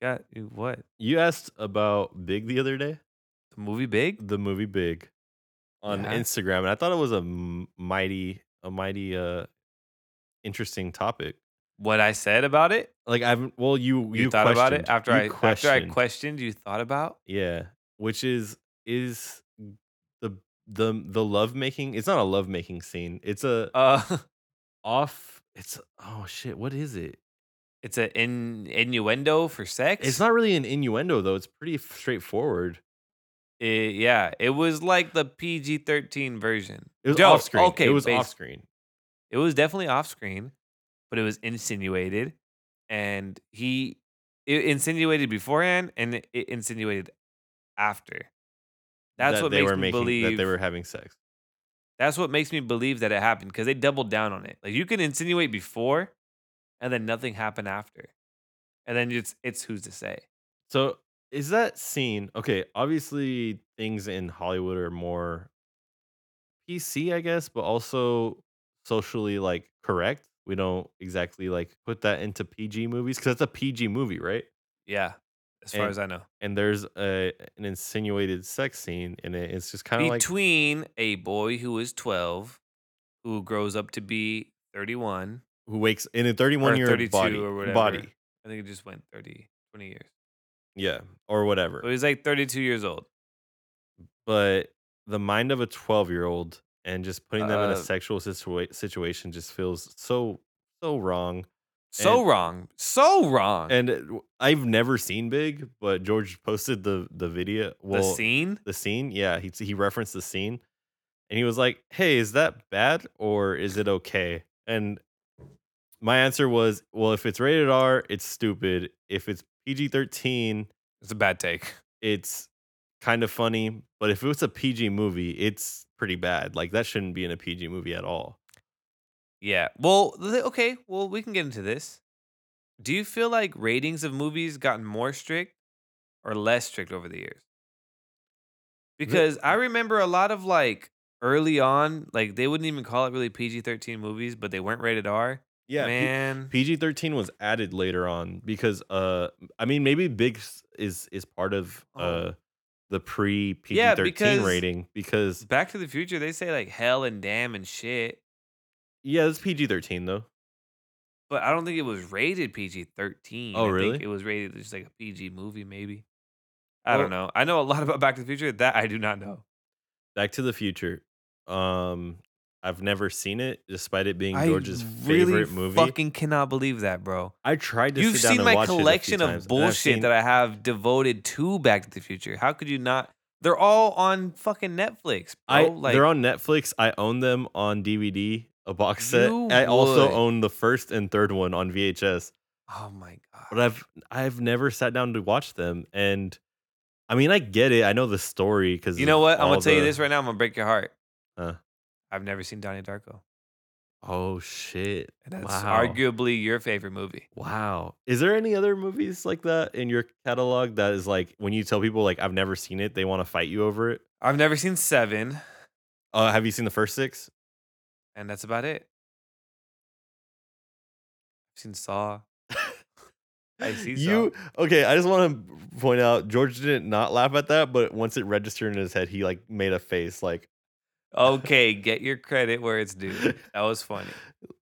Speaker 1: Yeah, you- what
Speaker 2: you asked about Big the other day,
Speaker 1: the movie Big?
Speaker 2: the movie Big, on
Speaker 1: Yeah.
Speaker 2: Instagram, and I thought it was a m- mighty a mighty uh interesting topic.
Speaker 1: What I said about it?
Speaker 2: Like I've well, you
Speaker 1: You, thought about
Speaker 2: questioned-
Speaker 1: it after
Speaker 2: you
Speaker 1: I after I
Speaker 2: questioned.
Speaker 1: questioned. You thought about?
Speaker 2: Yeah, which is is the the the love making. It's not a love making scene. It's a
Speaker 1: Uh,
Speaker 2: off. It's oh shit. What is it?
Speaker 1: it's an in, innuendo for sex.
Speaker 2: It's not really an innuendo though. It's pretty f- straightforward.
Speaker 1: It- yeah, it was like the PG thirteen version.
Speaker 2: It was
Speaker 1: No,
Speaker 2: off screen.
Speaker 1: Okay,
Speaker 2: it was
Speaker 1: bas-
Speaker 2: off screen.
Speaker 1: It was definitely off screen, but it was insinuated, and he it insinuated beforehand and it insinuated after. That's
Speaker 2: that
Speaker 1: what
Speaker 2: they
Speaker 1: makes
Speaker 2: were
Speaker 1: me
Speaker 2: making that
Speaker 1: believe
Speaker 2: they were having sex.
Speaker 1: That's what makes me believe that it happened because they doubled down on it. Like you can insinuate before, and then nothing happened after, and then it's it's who's to say.
Speaker 2: So is that scene okay? Obviously, things in Hollywood are more PC, I guess, but also socially like correct. We don't exactly like put that into PG movies because that's a PG movie, right?
Speaker 1: Yeah, as far
Speaker 2: And
Speaker 1: as I know,
Speaker 2: And there's a an insinuated sex scene, and it, it's just kind of like
Speaker 1: between a boy who is twelve, who grows up to be thirty-one.
Speaker 2: who wakes in a 31
Speaker 1: or
Speaker 2: year
Speaker 1: 32
Speaker 2: old body,
Speaker 1: or whatever.
Speaker 2: body,
Speaker 1: I think it just went 30, 20 years.
Speaker 2: yeah, or
Speaker 1: So
Speaker 2: whatever.
Speaker 1: he's like thirty-two years old.
Speaker 2: But the mind of a 12 year old and just putting them in
Speaker 1: Uh,
Speaker 2: a sexual situa- situation just feels so so wrong.
Speaker 1: So
Speaker 2: And-
Speaker 1: wrong. So wrong.
Speaker 2: And it- w- I've never seen Big, but George posted the the video. Well,
Speaker 1: the scene.
Speaker 2: the scene, Yeah, he he referenced the scene, and he was like, "Hey, is that bad or is it okay?" And my answer was, "Well, if it's rated R, it's stupid. If it's PG thirteen,
Speaker 1: It's a bad take.
Speaker 2: it's kind of funny. But if it was a PG movie, it's pretty bad. Like that shouldn't be in a PG movie at all."
Speaker 1: Yeah. Well, th- okay. Well, we can get into this. Do you feel like ratings of movies gotten more strict or less strict over the years? Because I remember a lot of like early on, like they wouldn't even call it really PG 13 movies, but they weren't rated R.
Speaker 2: Yeah,
Speaker 1: Man.
Speaker 2: PG thirteen was added later on because uh I mean maybe Big s- is is part of
Speaker 1: Oh.
Speaker 2: uh the pre PG
Speaker 1: Yeah,
Speaker 2: thirteen
Speaker 1: because-
Speaker 2: rating because
Speaker 1: Back to the Future, they say like hell and damn and shit.
Speaker 2: yeah it's PG thirteen though
Speaker 1: But I don't think it was rated PG thirteen.
Speaker 2: Oh,
Speaker 1: I think
Speaker 2: really?
Speaker 1: it was rated just like a PG movie, maybe. I don't know. I know a lot about Back to the Future. That I do not know.
Speaker 2: Back to the Future um I've never seen it despite it being George's
Speaker 1: I
Speaker 2: favorite movie
Speaker 1: Fucking cannot believe that, bro.
Speaker 2: I tried to
Speaker 1: You've
Speaker 2: sit down
Speaker 1: seen
Speaker 2: and
Speaker 1: my
Speaker 2: watch it a few
Speaker 1: collection
Speaker 2: times,
Speaker 1: of
Speaker 2: and I've
Speaker 1: bullshit
Speaker 2: seen-
Speaker 1: that I have devoted to Back to the Future. How could you not? They're all on fucking Netflix, bro.
Speaker 2: I
Speaker 1: oh, like
Speaker 2: they're on Netflix I own them on DVD a box set
Speaker 1: You
Speaker 2: I also
Speaker 1: would.
Speaker 2: own the first and third one on VHS
Speaker 1: oh my god.
Speaker 2: but I've I've never sat down to watch them, and I mean I get it. I know the story because
Speaker 1: you know what? I'm gonna tell you this right now. I'm gonna break your heart.
Speaker 2: Huh.
Speaker 1: I've never seen Donnie Darko,
Speaker 2: Oh shit!
Speaker 1: and that's
Speaker 2: wow.
Speaker 1: arguably your favorite movie.
Speaker 2: wow. Is there any other movies like that in your catalog that is like when you tell people like I've never seen it, they want to fight you over it?
Speaker 1: I've never seen Seven,
Speaker 2: Uh, have you seen the first six?
Speaker 1: and that's about it. I've seen Saw. I see
Speaker 2: You okay? I just want to point out George didn't not laugh at that, but once it registered in his head, he like made a face like
Speaker 1: Okay, get your credit where it's due. That was funny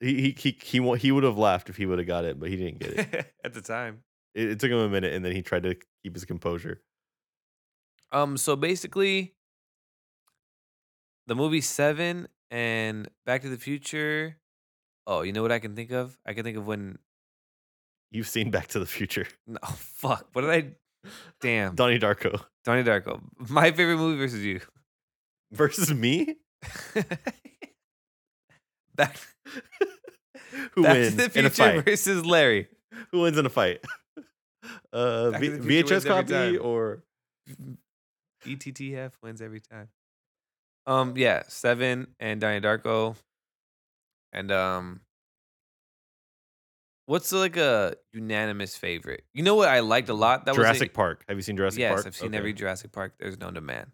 Speaker 2: he he he he, wa- he would have laughed if he would have got it, but he didn't get it.
Speaker 1: at the time.
Speaker 2: it, it took him a minute and then he tried to keep his composure.
Speaker 1: Um, so basically, the movie Seven and Back to the Future. Oh, you know what I can think of? I can think of when.
Speaker 2: You've seen Back to the Future,
Speaker 1: No, fuck. What did I? Damn,
Speaker 2: Donnie Darko
Speaker 1: Donnie Darko. My favorite movie versus you.
Speaker 2: versus me.
Speaker 1: Back,
Speaker 2: Who
Speaker 1: Back to
Speaker 2: wins
Speaker 1: the
Speaker 2: in
Speaker 1: Future
Speaker 2: a fight?
Speaker 1: versus Larry.
Speaker 2: Who wins in a fight? uh,
Speaker 1: Back
Speaker 2: v-
Speaker 1: to the Future wins
Speaker 2: VHS
Speaker 1: every
Speaker 2: copy
Speaker 1: time.
Speaker 2: or
Speaker 1: E ETTF wins every time. Um, yeah, Seven and Donnie Darko, and um, what's like a unanimous favorite? You know what I liked a lot? That was
Speaker 2: Jurassic
Speaker 1: a-
Speaker 2: Park. Have you seen Jurassic
Speaker 1: yes,
Speaker 2: Park?
Speaker 1: I've seen
Speaker 2: Okay.
Speaker 1: every Jurassic Park. There's no demand.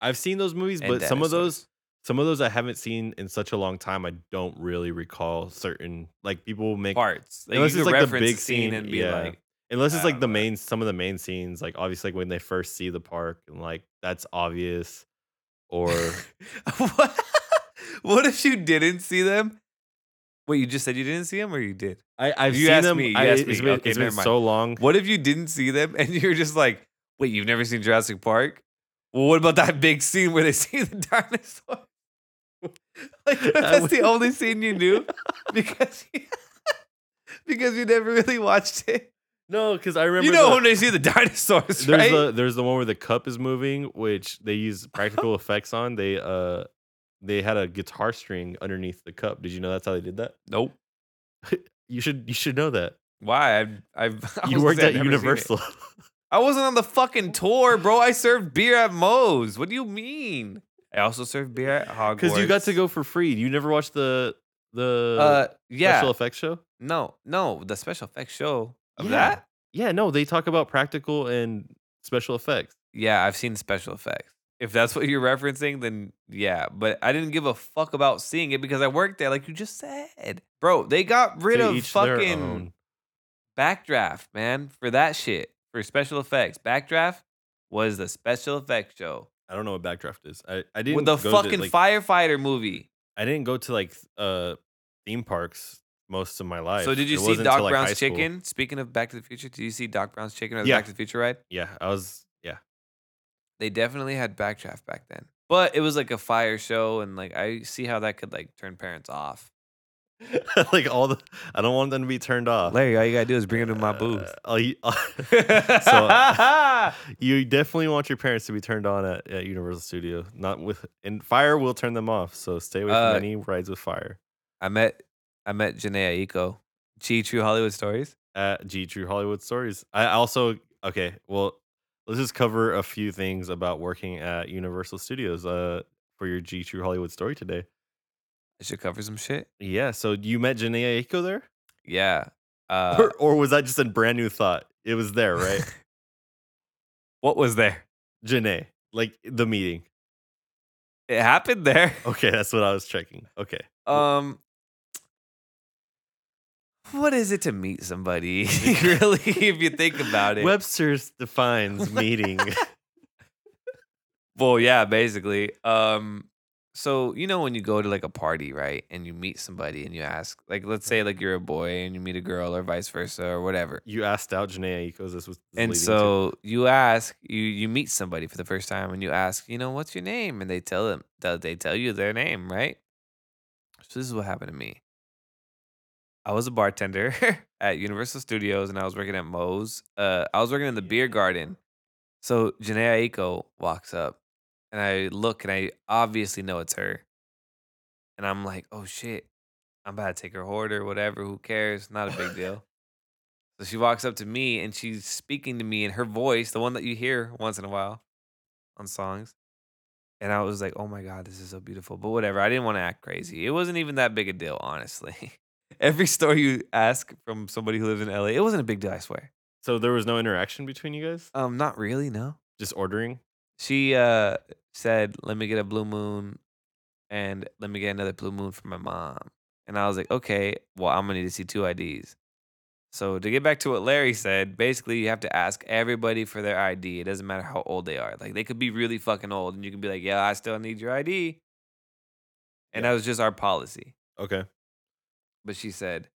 Speaker 2: I've seen those movies,
Speaker 1: and
Speaker 2: but some
Speaker 1: dinosaurs.
Speaker 2: of those some of those I haven't seen in such a long time. I don't really recall certain like people will make
Speaker 1: parts. Like,
Speaker 2: Unless
Speaker 1: you
Speaker 2: it's,
Speaker 1: could
Speaker 2: like, the
Speaker 1: reference
Speaker 2: big
Speaker 1: a scene
Speaker 2: scene,
Speaker 1: and be
Speaker 2: yeah.
Speaker 1: like,
Speaker 2: unless
Speaker 1: I
Speaker 2: it's like
Speaker 1: don't
Speaker 2: the
Speaker 1: know.
Speaker 2: main some of the main scenes like obviously like when they first see the park and like that's obvious or
Speaker 1: what? what if you didn't see them? Wait, you just said you didn't see them, or you did?
Speaker 2: I I've
Speaker 1: You
Speaker 2: seen
Speaker 1: asked
Speaker 2: them
Speaker 1: me, you
Speaker 2: I,
Speaker 1: asked
Speaker 2: it's
Speaker 1: me.
Speaker 2: been,
Speaker 1: Okay,
Speaker 2: it's been
Speaker 1: never mind.
Speaker 2: so long
Speaker 1: What if you didn't see them and you're just like, wait, you've never seen Jurassic Park? Well, what about that big scene where they see the dinosaur? like, what if
Speaker 2: That
Speaker 1: that's
Speaker 2: would-
Speaker 1: the only scene you knew because you, because you never really watched it.
Speaker 2: no because I remember
Speaker 1: you know
Speaker 2: the-
Speaker 1: when they see the dinosaurs,
Speaker 2: there's
Speaker 1: right?
Speaker 2: the there's the one where the cup is moving which they use practical effects on they uh they had a guitar string underneath the cup did you know that's how they did that
Speaker 1: nope.
Speaker 2: you should you should know that
Speaker 1: Why? I've, I've I
Speaker 2: you
Speaker 1: was
Speaker 2: worked
Speaker 1: saying
Speaker 2: at
Speaker 1: I've never seen it.
Speaker 2: Universal
Speaker 1: I wasn't on the fucking tour, bro. I served beer at Moe's. What do you mean? I also served beer at Hogwarts.
Speaker 2: because you got to go for free. You never watched the the
Speaker 1: Uh, yeah.
Speaker 2: special effects show.
Speaker 1: No, no, the special effects show of
Speaker 2: Yeah.
Speaker 1: that.
Speaker 2: Yeah, no, they talk about practical and special effects.
Speaker 1: Yeah, I've seen special effects. If that's what you're referencing, then yeah. But I didn't give a fuck about seeing it because I worked there, like you just said, bro. They got rid
Speaker 2: To
Speaker 1: of
Speaker 2: each their
Speaker 1: fucking
Speaker 2: own.
Speaker 1: backdraft, man, for that shit for special effects. Backdraft was the special effects show
Speaker 2: I don't know what backdraft is. I I didn't
Speaker 1: with the
Speaker 2: go
Speaker 1: fucking
Speaker 2: to, like,
Speaker 1: firefighter movie.
Speaker 2: I didn't go to like uh theme parks most of my life.
Speaker 1: So did you
Speaker 2: It
Speaker 1: see
Speaker 2: wasn't
Speaker 1: Doc
Speaker 2: till, like, high
Speaker 1: Brown's
Speaker 2: school.
Speaker 1: Chicken? Speaking of Back to the Future, did you see Doc Brown's Chicken or the
Speaker 2: Yeah.
Speaker 1: Back to the Future ride?
Speaker 2: Yeah, I was. Yeah,
Speaker 1: They definitely had backdraft back then, but it was like a fire show, and like I see how that could like turn parents off.
Speaker 2: like all the. I don't want them to be turned off.
Speaker 1: Uh, Larry, all you gotta do is bring them to my booth.
Speaker 2: Uh, all you-
Speaker 1: so,
Speaker 2: you definitely want your parents to be turned on at, at Universal Studio. Not with and fire will turn them off. So stay away
Speaker 1: Uh,
Speaker 2: from any rides with fire
Speaker 1: I met I met Janae Aiko. She True Hollywood Stories.
Speaker 2: at G True Hollywood Stories. I also okay. Well, let's just cover a few things about working at Universal Studios. Uh, for your G True Hollywood story today.
Speaker 1: I should cover some shit.
Speaker 2: Yeah. So you met Janae Aiko there,
Speaker 1: Yeah. Uh,
Speaker 2: or, or was that just a brand new thought? It was there, right?
Speaker 1: what was there?
Speaker 2: Janae, like the meeting.
Speaker 1: It happened there.
Speaker 2: Okay, that's what I was checking. Okay.
Speaker 1: Um, what is it to meet somebody? really, if you think about it.
Speaker 2: Webster's defines meeting.
Speaker 1: well, yeah, basically. Um, so you know when you go to like a party, right, and you meet somebody and you ask, like, let's say like you're a boy and you meet a girl or vice versa or whatever.
Speaker 2: you asked out Janae Aiko. This was this
Speaker 1: and
Speaker 2: leading to-
Speaker 1: so you ask you you meet somebody for the first time and you ask you know what's your name and they tell them they- they tell you their name right so this is what happened to me i was a bartender at universal studios and i was working at moe's uh, i was working in the beer garden so Janae Aiko walks up and i look and i obviously know it's her and i'm like oh shit i'm about to take her order whatever who cares not a big deal so she walks up to me and she's speaking to me in her voice, the one that you hear once in a while on songs. And I was like, oh my God, this is so beautiful. But whatever, I didn't want to act crazy. It wasn't even that big a deal, honestly. Every story you ask from somebody who lives in LA, it wasn't a big deal, I swear.
Speaker 2: so there was no interaction between you guys,
Speaker 1: Um, not really, no.
Speaker 2: just ordering.
Speaker 1: She uh said, Let me get a blue moon and let me get another blue moon for my mom. And I was like, Okay, well, I'm gonna need to see two IDs. So to get back to what Larry said, basically you have to ask everybody for their ID. It doesn't matter how old they are. Like they could be really fucking old and you can be like, Yeah, I still need your ID. And
Speaker 2: Yeah.
Speaker 1: that was just our policy.
Speaker 2: Okay.
Speaker 1: But she said,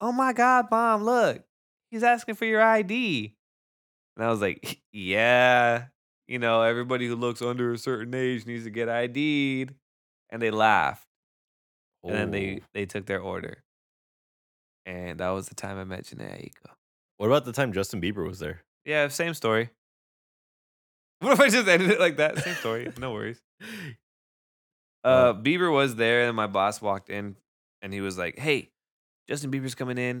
Speaker 1: Oh my God, mom, look, he's asking for your ID. And I was like, Yeah, you know, everybody who looks under a certain age needs to get ID'd. And they laughed. And then they,
Speaker 2: Ooh.
Speaker 1: they took their order. And that was the time I met Janae Aiko.
Speaker 2: What about the time Justin Bieber was there?
Speaker 1: Yeah, same story. What if I just ended it like that? Same story. No worries. Uh,
Speaker 2: Uh,
Speaker 1: Bieber was there, and my boss walked in, and he was like, "Hey, Justin Bieber's coming in.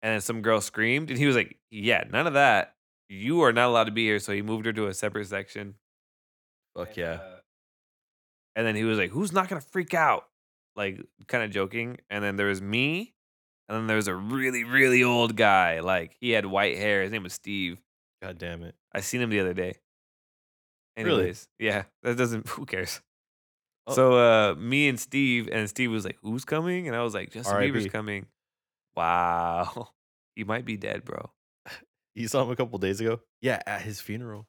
Speaker 1: and then some girl screamed, and he was like, "Yeah, none of that. You are not allowed to be here." So he moved her to a separate section.
Speaker 2: Fuck
Speaker 1: And,
Speaker 2: yeah.
Speaker 1: uh, and then he was like, "Who's not gonna freak out?" Like, kind of joking. And then there was me, and then there was a really, really old guy. Like, he had white hair. His name was Steve.
Speaker 2: God damn it.
Speaker 1: I seen him the other day.
Speaker 2: Really?
Speaker 1: Anyways, yeah, that doesn't. Who cares?
Speaker 2: Oh.
Speaker 1: So uh, me and Steve, and Steve was like, "Who's coming?" And I was like, "Justin Bieber's
Speaker 2: RIP.
Speaker 1: coming." Wow, he might be dead, bro.
Speaker 2: You saw him a couple days ago? Yeah, at his funeral.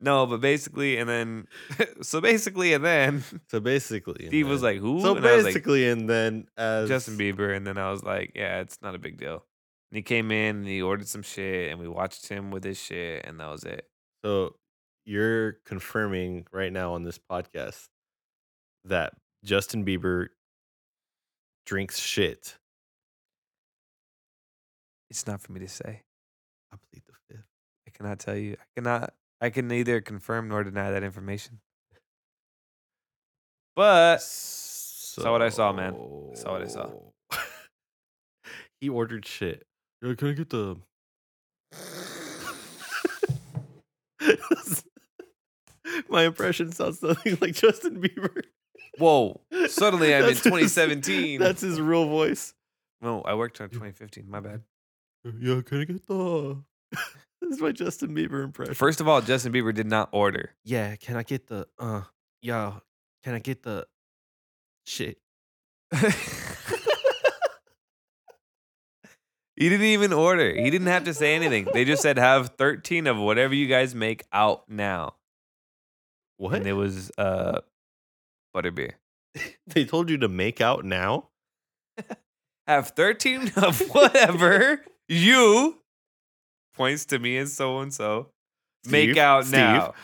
Speaker 1: no, but basically, and then, so basically, and then
Speaker 2: So basically, and
Speaker 1: Steve was
Speaker 2: then-
Speaker 1: like, "Who?"
Speaker 2: So
Speaker 1: and I was like,
Speaker 2: basically, and then as
Speaker 1: Justin Bieber, and then I was like, yeah, it's not a big deal. And he came in and he ordered some shit, and we watched him with his shit, and that was it.
Speaker 2: So you're confirming right now on this podcast that Justin Bieber drinks shit.
Speaker 1: It's not for me to say.
Speaker 2: I plead the fifth.
Speaker 1: I cannot tell you. I cannot. I can neither confirm nor deny that information.
Speaker 2: Uh,
Speaker 1: But
Speaker 2: saw
Speaker 1: what I saw, man. Saw what I saw.
Speaker 2: he ordered shit. Yo, can I get the? My impression sounds something like Justin Bieber.
Speaker 1: whoa, suddenly I'm in
Speaker 2: That's his-
Speaker 1: 2017.
Speaker 2: that's his real voice.
Speaker 1: no, I worked on 2015. My bad.
Speaker 2: Yeah, can I get the? this is my Justin Bieber impression.
Speaker 1: First of all, Justin Bieber did not order.
Speaker 2: yeah, can I get the? Uh, yeah, can I get the? Shit.
Speaker 1: He didn't even order. He didn't have to say anything. They just said have 13 of whatever you guys make out now.
Speaker 2: What?
Speaker 1: And it was uh butterbeer.
Speaker 2: they told you to make out now.
Speaker 1: Have 13 of whatever you points to me and so and so make
Speaker 2: Steve?
Speaker 1: out
Speaker 2: Steve?
Speaker 1: now.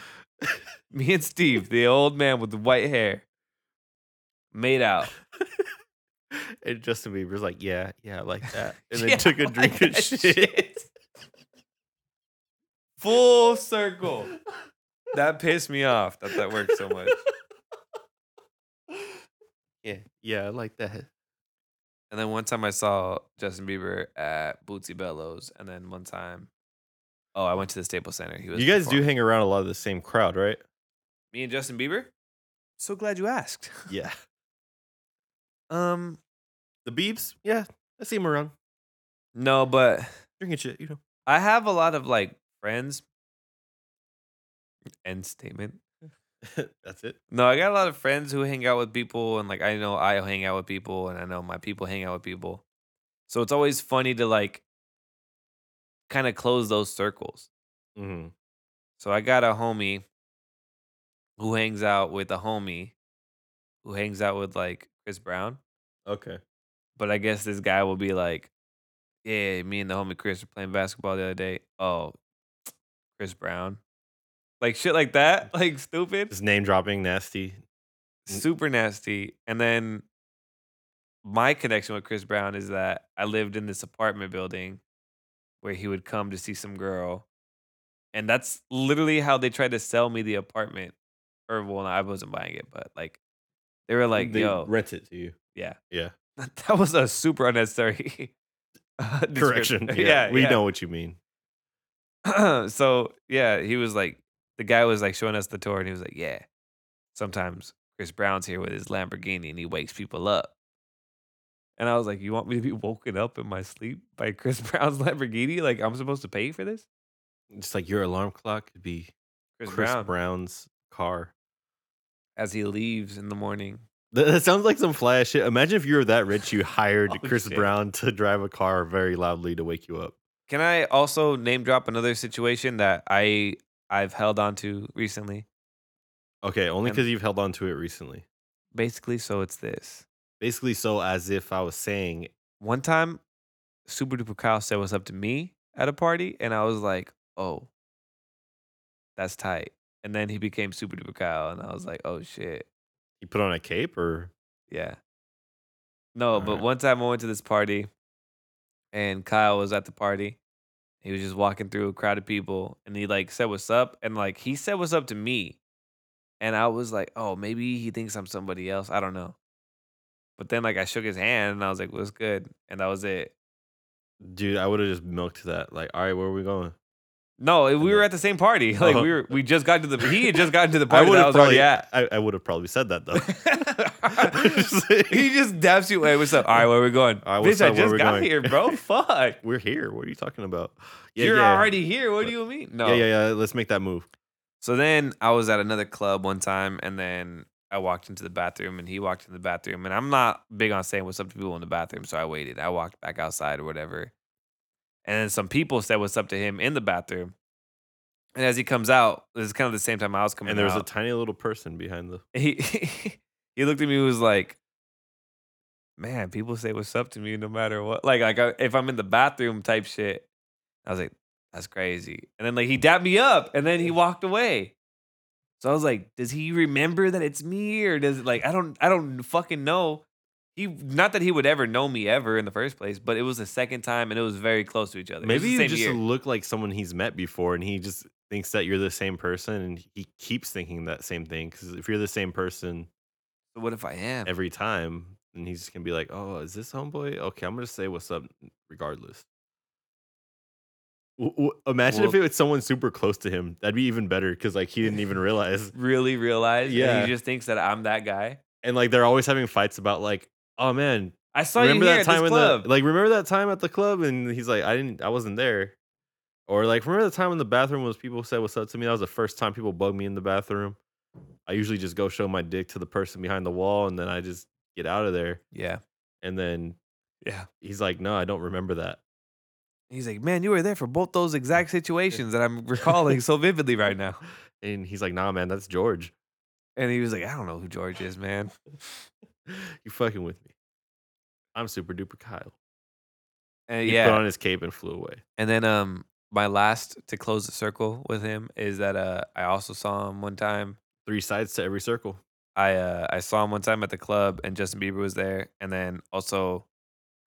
Speaker 1: me and Steve, the old man with the white hair, made out.
Speaker 2: And Justin Bieber's like, yeah, yeah, like that. And then
Speaker 1: Yeah,
Speaker 2: took a
Speaker 1: like
Speaker 2: drink of
Speaker 1: that
Speaker 2: shit.
Speaker 1: Full circle. That pissed me off that that worked so much.
Speaker 2: Yeah, yeah, I like that.
Speaker 1: And then one time I saw Justin Bieber at Bootsy Bellows, and then one time, oh, I went to the Staples Center. He was
Speaker 2: You guys do
Speaker 1: performing.
Speaker 2: hang around a lot of the same crowd, right?
Speaker 1: me and Justin Bieber. So glad you asked.
Speaker 2: Yeah.
Speaker 1: Um,
Speaker 2: The Biebs? Yeah, I see him around
Speaker 1: no, but
Speaker 2: drinking shit. You know.
Speaker 1: I have a lot of like friends. End statement.
Speaker 2: That's it.
Speaker 1: No, I got a lot of friends who hang out with people, and like I know I hang out with people, and I know my people hang out with people. So it's always funny to like kind of close those circles.
Speaker 2: Mm-hmm.
Speaker 1: So I got a homie who hangs out with a homie who hangs out with like Chris Brown.
Speaker 2: Okay.
Speaker 1: But I guess this guy will be like, Yeah, me and the homie Chris were playing basketball the other day. Oh, Chris Brown. Like shit like that. Like stupid.
Speaker 2: Just name dropping, nasty.
Speaker 1: Super nasty. And then my connection with Chris Brown is that I lived in this apartment building where he would come to see some girl. And that's literally how they tried to sell me the apartment. Or well, I wasn't buying it, but like they were like,
Speaker 2: they
Speaker 1: yo,
Speaker 2: rent it to you.
Speaker 1: yeah.
Speaker 2: Yeah.
Speaker 1: That was a super unnecessary uh,
Speaker 2: Correction.
Speaker 1: description.
Speaker 2: Yeah,
Speaker 1: yeah,
Speaker 2: we
Speaker 1: yeah.
Speaker 2: know what you mean.
Speaker 1: so yeah, he was like the guy was like showing us the tour, and he was like, "Yeah, sometimes Chris Brown's here with his Lamborghini, and he wakes people up." And I was like, "You want me to be woken up in my sleep by Chris Brown's Lamborghini? Like I'm supposed to pay for this?"
Speaker 2: Just like your alarm clock could be
Speaker 1: Chris,
Speaker 2: Chris,
Speaker 1: Brown,
Speaker 2: Brown's car.
Speaker 1: as he leaves in the morning,
Speaker 2: That, that sounds like some flash shit. Imagine if you were that rich, you hired
Speaker 1: Oh,
Speaker 2: Chris
Speaker 1: shit.
Speaker 2: Brown to drive a car very loudly to wake you up.
Speaker 1: Can I also name drop another situation that I I've held on to recently?
Speaker 2: Okay, only
Speaker 1: And-
Speaker 2: because you've held on to it recently.
Speaker 1: Basically, so it's this.
Speaker 2: Basically, so as if I was saying,
Speaker 1: One time, Super Duper Kyle said what's up to me at a party, and I was like, oh, that's tight. And then he became Super Duper Kyle, and I was like, oh shit.
Speaker 2: you put on a cape or
Speaker 1: Yeah. No, but
Speaker 2: Alright.
Speaker 1: one time I went to this party and Kyle was at the party. He was just walking through a crowd of people and he like said what's up and like he said what's up to me. And I was like, "Oh, maybe he thinks I'm somebody else. I don't know." But then like I shook his hand and I was like, "What's good?" And that was it.
Speaker 2: dude, I would have just milked that. Like, all right, where are we going?
Speaker 1: No, we
Speaker 2: And
Speaker 1: were
Speaker 2: then-
Speaker 1: at the same party. Like we were, we just got to the. He had just gotten to the
Speaker 2: I
Speaker 1: party
Speaker 2: would
Speaker 1: that I
Speaker 2: have
Speaker 1: was already
Speaker 2: probably.
Speaker 1: at.
Speaker 2: I, I would have probably said that though.
Speaker 1: he just daps you. Hey, what's up? All right, where we going?
Speaker 2: All right,
Speaker 1: Bitch,
Speaker 2: what's
Speaker 1: I
Speaker 2: up? Where
Speaker 1: just
Speaker 2: we
Speaker 1: got
Speaker 2: going?"
Speaker 1: here, bro. Fuck.
Speaker 2: We're here. What are you talking about?
Speaker 1: You're already here. What do you mean? No.
Speaker 2: Yeah, yeah, yeah. Let's make that move.
Speaker 1: So then I was at another club one time, and then I walked into the bathroom, and he walked in the bathroom, and I'm not big on saying what's up to people in the bathroom, so I waited. I walked back outside or whatever, and then some people said what's up to him in the bathroom, and as he comes out, it's kind of the same time I was coming.
Speaker 2: And there was a
Speaker 1: out,
Speaker 2: tiny little person behind the.
Speaker 1: he he looked at me and was like, "Man, people say what's up to me no matter what. Like like I, if I'm in the bathroom type shit." I was like, "That's crazy." And then like he dapped me up, and then he walked away. So I was like, "Does he remember that it's me, or does it like I don't I don't fucking know." He not that he would ever know me ever in the first place, but it was the second time, and it was very close to each other. It was
Speaker 2: Maybe
Speaker 1: the
Speaker 2: you
Speaker 1: same
Speaker 2: just
Speaker 1: year.
Speaker 2: look like someone he's met before, and he just thinks that you're the same person, and he keeps thinking that same thing. Because if you're the same person
Speaker 1: So what if I am?
Speaker 2: every time, and he's just gonna be like, "Oh, is this homeboy? Okay, I'm gonna say what's up, regardless." W- w- imagine if it
Speaker 1: Well-
Speaker 2: was someone super close to him. That'd be even better because like he didn't even realize.
Speaker 1: really realize? Yeah,
Speaker 2: Yeah.
Speaker 1: he just thinks that I'm that guy.
Speaker 2: And like they're always having fights about like, "Oh man,
Speaker 1: I saw
Speaker 2: remember
Speaker 1: you here
Speaker 2: that time
Speaker 1: at this
Speaker 2: in
Speaker 1: club.
Speaker 2: the like remember that time at the club and he's like i didn't i wasn't there or like remember the time in the bathroom when people said what's up to me that was the first time people bugged me in the bathroom i usually just go show my dick to the person behind the wall and then i just get out of there
Speaker 1: yeah.
Speaker 2: and then
Speaker 1: Yeah.
Speaker 2: he's like no i don't remember that
Speaker 1: He's like, man, you were there for both those exact situations that I'm recalling so vividly right now.
Speaker 2: and he's like nah man that's george
Speaker 1: And he was like, I don't know who George is, man.
Speaker 2: you fucking with me i'm super duper kyle
Speaker 1: And
Speaker 2: he put
Speaker 1: yeah.
Speaker 2: on his cape and flew away
Speaker 1: And then um my last to close the circle with him is that uh I also saw him one time.
Speaker 2: three sides to every circle
Speaker 1: I uh I saw him one time at the club and Justin Bieber was there. And then also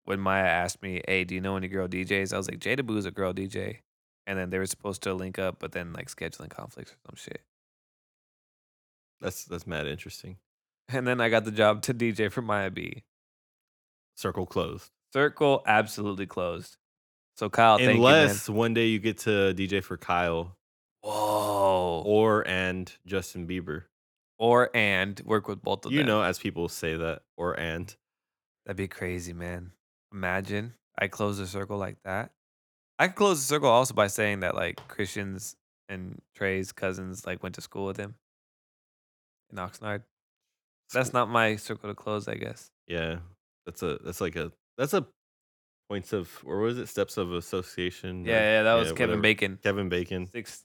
Speaker 1: when Maya asked me, Hey, do you know any girl DJs? I was like, Jada Boo's a girl DJ. And then they were supposed to link up, but then like scheduling conflicts or some shit.
Speaker 2: that's that's mad interesting
Speaker 1: And then I got the job to DJ for Maya B.
Speaker 2: circle closed
Speaker 1: Circle absolutely closed. So Kyle, thank
Speaker 2: Unless
Speaker 1: you.
Speaker 2: one day you get to DJ for Kyle
Speaker 1: man. Whoa.
Speaker 2: or and Justin Bieber.
Speaker 1: Or and work with both of
Speaker 2: you
Speaker 1: them.
Speaker 2: know, as people say that, or and.
Speaker 1: that'd be crazy, man. Imagine I close the circle like that. I could close the circle also by saying that like Christian's and Trey's cousins like went to school with him in Oxnard. That's not my circle to close, I guess.
Speaker 2: Yeah. That's a that's like a that's a points of or was it steps of association? or-
Speaker 1: Yeah, yeah, that was Kevin
Speaker 2: whatever.
Speaker 1: Bacon.
Speaker 2: Kevin Bacon.
Speaker 1: Six,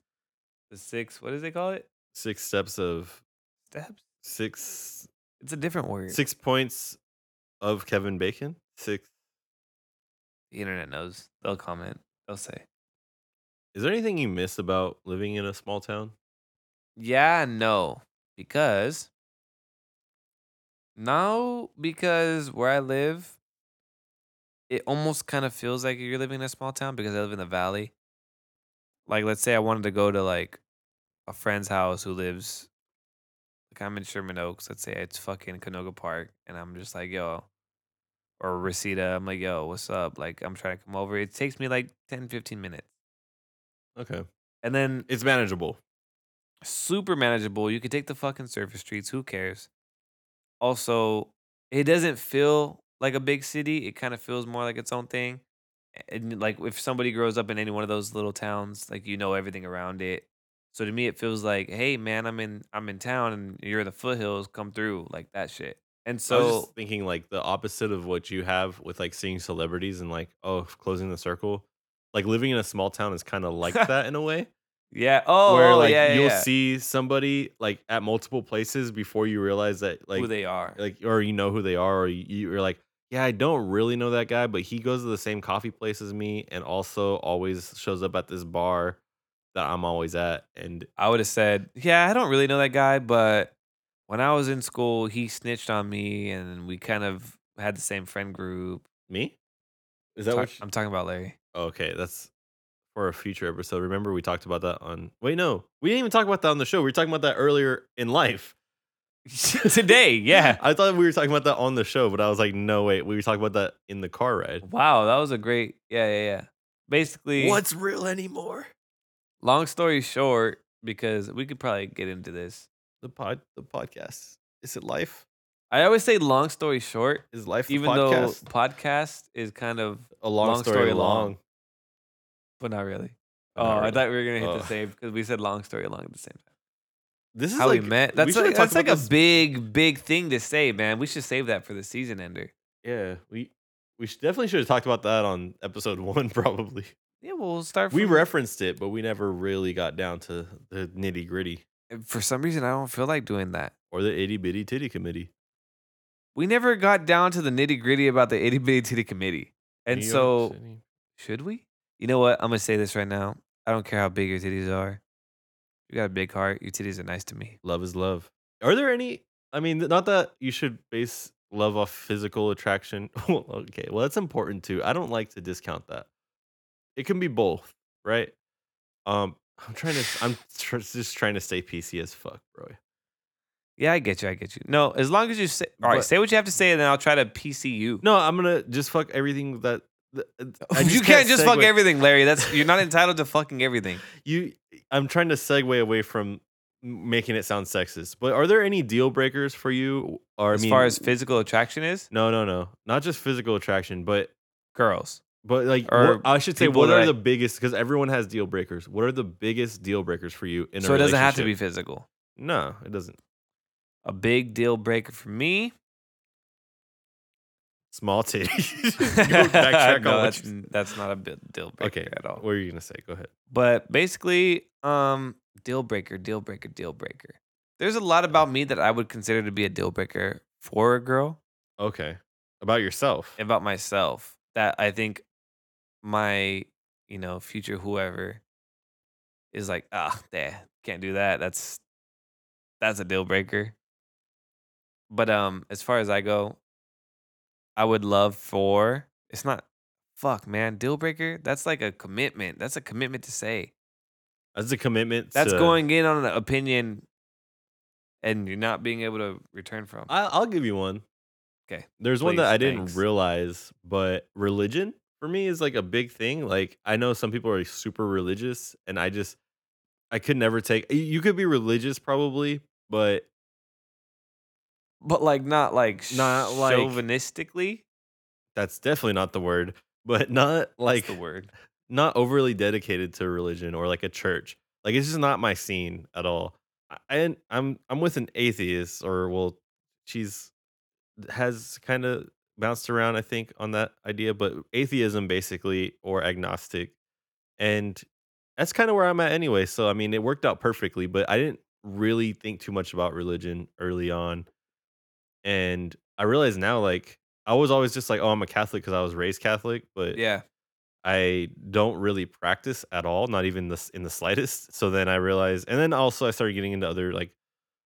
Speaker 1: the six. What does they call it?
Speaker 2: Six steps of
Speaker 1: Steps.
Speaker 2: six
Speaker 1: It's a different word.
Speaker 2: six points of Kevin Bacon. Six
Speaker 1: The internet knows. They'll comment. They'll say.
Speaker 2: is there anything you miss about living in a small town?
Speaker 1: Yeah, no. Because now because where I live, it almost kind of feels like you're living in a small town because I live in the valley. Like let's say I wanted to go to like a friend's house who lives like I'm in Sherman Oaks, let's say it's fucking Canoga Park, and I'm just like, yo, or Reseda, I'm like, yo, what's up? Like I'm trying to come over. It takes me like 10, 15 minutes.
Speaker 2: Okay.
Speaker 1: And then
Speaker 2: It's manageable.
Speaker 1: super manageable. You could take the fucking surface streets. Who cares? Also, it doesn't feel like a big city. It kind of feels more like its own thing. And like if somebody grows up in any one of those little towns, like you know everything around it. So to me, it feels like, hey man, I'm in I'm in town, and you're in the foothills. Come through, like that shit. And
Speaker 2: So I was
Speaker 1: so
Speaker 2: just thinking like the opposite of what you have with like seeing celebrities and like oh closing the circle, like living in a small town is kind of like that in a way
Speaker 1: yeah, oh,
Speaker 2: where
Speaker 1: oh,
Speaker 2: like
Speaker 1: yeah,
Speaker 2: you'll
Speaker 1: yeah.
Speaker 2: see somebody like at multiple places before you realize that like
Speaker 1: who they are.
Speaker 2: like or you know who they are or you, you're like yeah I don't really know that guy but he goes to the same coffee place as me and also always shows up at this bar that I'm always at and
Speaker 1: I would have said, yeah, I don't really know that guy, but when I was in school, he snitched on me, and we kind of had the same friend group.
Speaker 2: me is that
Speaker 1: Talk-
Speaker 2: what you-
Speaker 1: I'm talking about, Larry?
Speaker 2: Okay, that's for a future episode. Remember, we talked about that on. Wait, no, we didn't even talk about that on the show. We were talking about that earlier in life.
Speaker 1: Today, yeah.
Speaker 2: I thought we were talking about that on the show, but I was like, no, wait, we were talking about that in the car ride.
Speaker 1: Wow, that was a great. Yeah, yeah, yeah. Basically,
Speaker 2: real anymore?
Speaker 1: long story short, because we could probably get into this.
Speaker 2: The pod, the podcast. Is it life?
Speaker 1: I always say long story short,
Speaker 2: Is life the
Speaker 1: even
Speaker 2: podcast?
Speaker 1: though podcast is kind of,
Speaker 2: a long,
Speaker 1: long
Speaker 2: story,
Speaker 1: story
Speaker 2: long.
Speaker 1: long. but not really. oh,
Speaker 2: Not
Speaker 1: I
Speaker 2: really.
Speaker 1: thought we were gonna hit the
Speaker 2: Oh.
Speaker 1: same because we said long story long at the same time.
Speaker 2: This is
Speaker 1: How
Speaker 2: like
Speaker 1: we met.
Speaker 2: we
Speaker 1: That's
Speaker 2: should've
Speaker 1: like,
Speaker 2: talked
Speaker 1: that's like
Speaker 2: about
Speaker 1: a
Speaker 2: this-
Speaker 1: big, big thing to say, man. We should save that for the season ender.
Speaker 2: Yeah, we we should, definitely should have talked about that on episode one. Probably
Speaker 1: Yeah, well, we'll start.
Speaker 2: we
Speaker 1: from-
Speaker 2: referenced it, but we never really got down to the nitty gritty
Speaker 1: uh, For some reason, I don't feel like doing that.
Speaker 2: or the itty bitty titty committee.
Speaker 1: We never got down to the nitty gritty about the itty bitty titty committee, and
Speaker 2: New York
Speaker 1: so
Speaker 2: City.
Speaker 1: Should we? You know what? I'm gonna say this right now. I don't care how big your titties are. You got a big heart. Your titties are nice to me.
Speaker 2: love is love. Are there any? I mean, th- not that you should base love off physical attraction. Well, okay, well that's important too. I don't like to discount that. It can be both, right? Um, I'm trying to. I'm tr- just trying to stay PC as fuck, bro.
Speaker 1: Yeah, I get you. I get you. No, as long as you say, all right,
Speaker 2: But-
Speaker 1: say what you have to say, and then I'll try to PC you.
Speaker 2: No, I'm gonna just fuck everything that. th- I
Speaker 1: you can't just fuck
Speaker 2: segue-
Speaker 1: everything, Larry. That's you're not entitled to fucking everything.
Speaker 2: You, I'm trying to segue away from m- making it sound sexist. But are there any deal breakers for you? Or I
Speaker 1: as
Speaker 2: mean,
Speaker 1: far as physical attraction is,
Speaker 2: no, no, no, not just physical attraction, but
Speaker 1: girls.
Speaker 2: But like,
Speaker 1: Or
Speaker 2: what- I should say,
Speaker 1: people
Speaker 2: what are
Speaker 1: that-
Speaker 2: the biggest? Because everyone has deal breakers. What are the biggest deal breakers for you in a
Speaker 1: So it doesn't have to be
Speaker 2: relationship?
Speaker 1: physical.
Speaker 2: No, it doesn't.
Speaker 1: A big deal breaker for me.
Speaker 2: Small titty. backtrack
Speaker 1: No,
Speaker 2: on what
Speaker 1: that's,
Speaker 2: you
Speaker 1: that's not a bi- deal breaker
Speaker 2: Okay,
Speaker 1: at all.
Speaker 2: What were you gonna say? Go ahead.
Speaker 1: But basically, um, deal breaker, deal breaker, deal breaker. There's a lot about
Speaker 2: Oh.
Speaker 1: me that I would consider to be a deal breaker for a girl,
Speaker 2: Okay, about yourself.
Speaker 1: about myself that I think my, you know, future whoever is like, ah, nah, can't do that. That's that's a deal breaker. But um, as far as I go, I would love for it's not fuck, man, deal breaker. That's like a commitment. That's a commitment to say.
Speaker 2: That's a commitment.
Speaker 1: That's
Speaker 2: to-
Speaker 1: going in on an opinion and you're not being able to return from.
Speaker 2: I, I'll give you one.
Speaker 1: Okay,
Speaker 2: There's one that
Speaker 1: please,
Speaker 2: I didn't
Speaker 1: thanks.
Speaker 2: realize, but religion for me is like a big thing. Like I know some people are super religious, and I just I could never take. y- You could be religious probably, but
Speaker 1: but like not like
Speaker 2: Not like-
Speaker 1: chauvinistically.
Speaker 2: that's definitely not the word. But not like
Speaker 1: That's the word.
Speaker 2: not overly dedicated to religion or like a church. Like it's just not my scene at all. I- And I'm I'm with an atheist or well, she's has kind of bounced around I think on that idea, but atheism basically or agnostic, and that's kind of where I'm at anyway. So I mean, it worked out perfectly, but I didn't really think too much about religion early on, and I realize now like I was always just like, oh, I'm a Catholic because I was raised Catholic, but
Speaker 1: Yeah.
Speaker 2: I don't really practice at all, not even this in the slightest. So then I realized, and then also I started getting into other like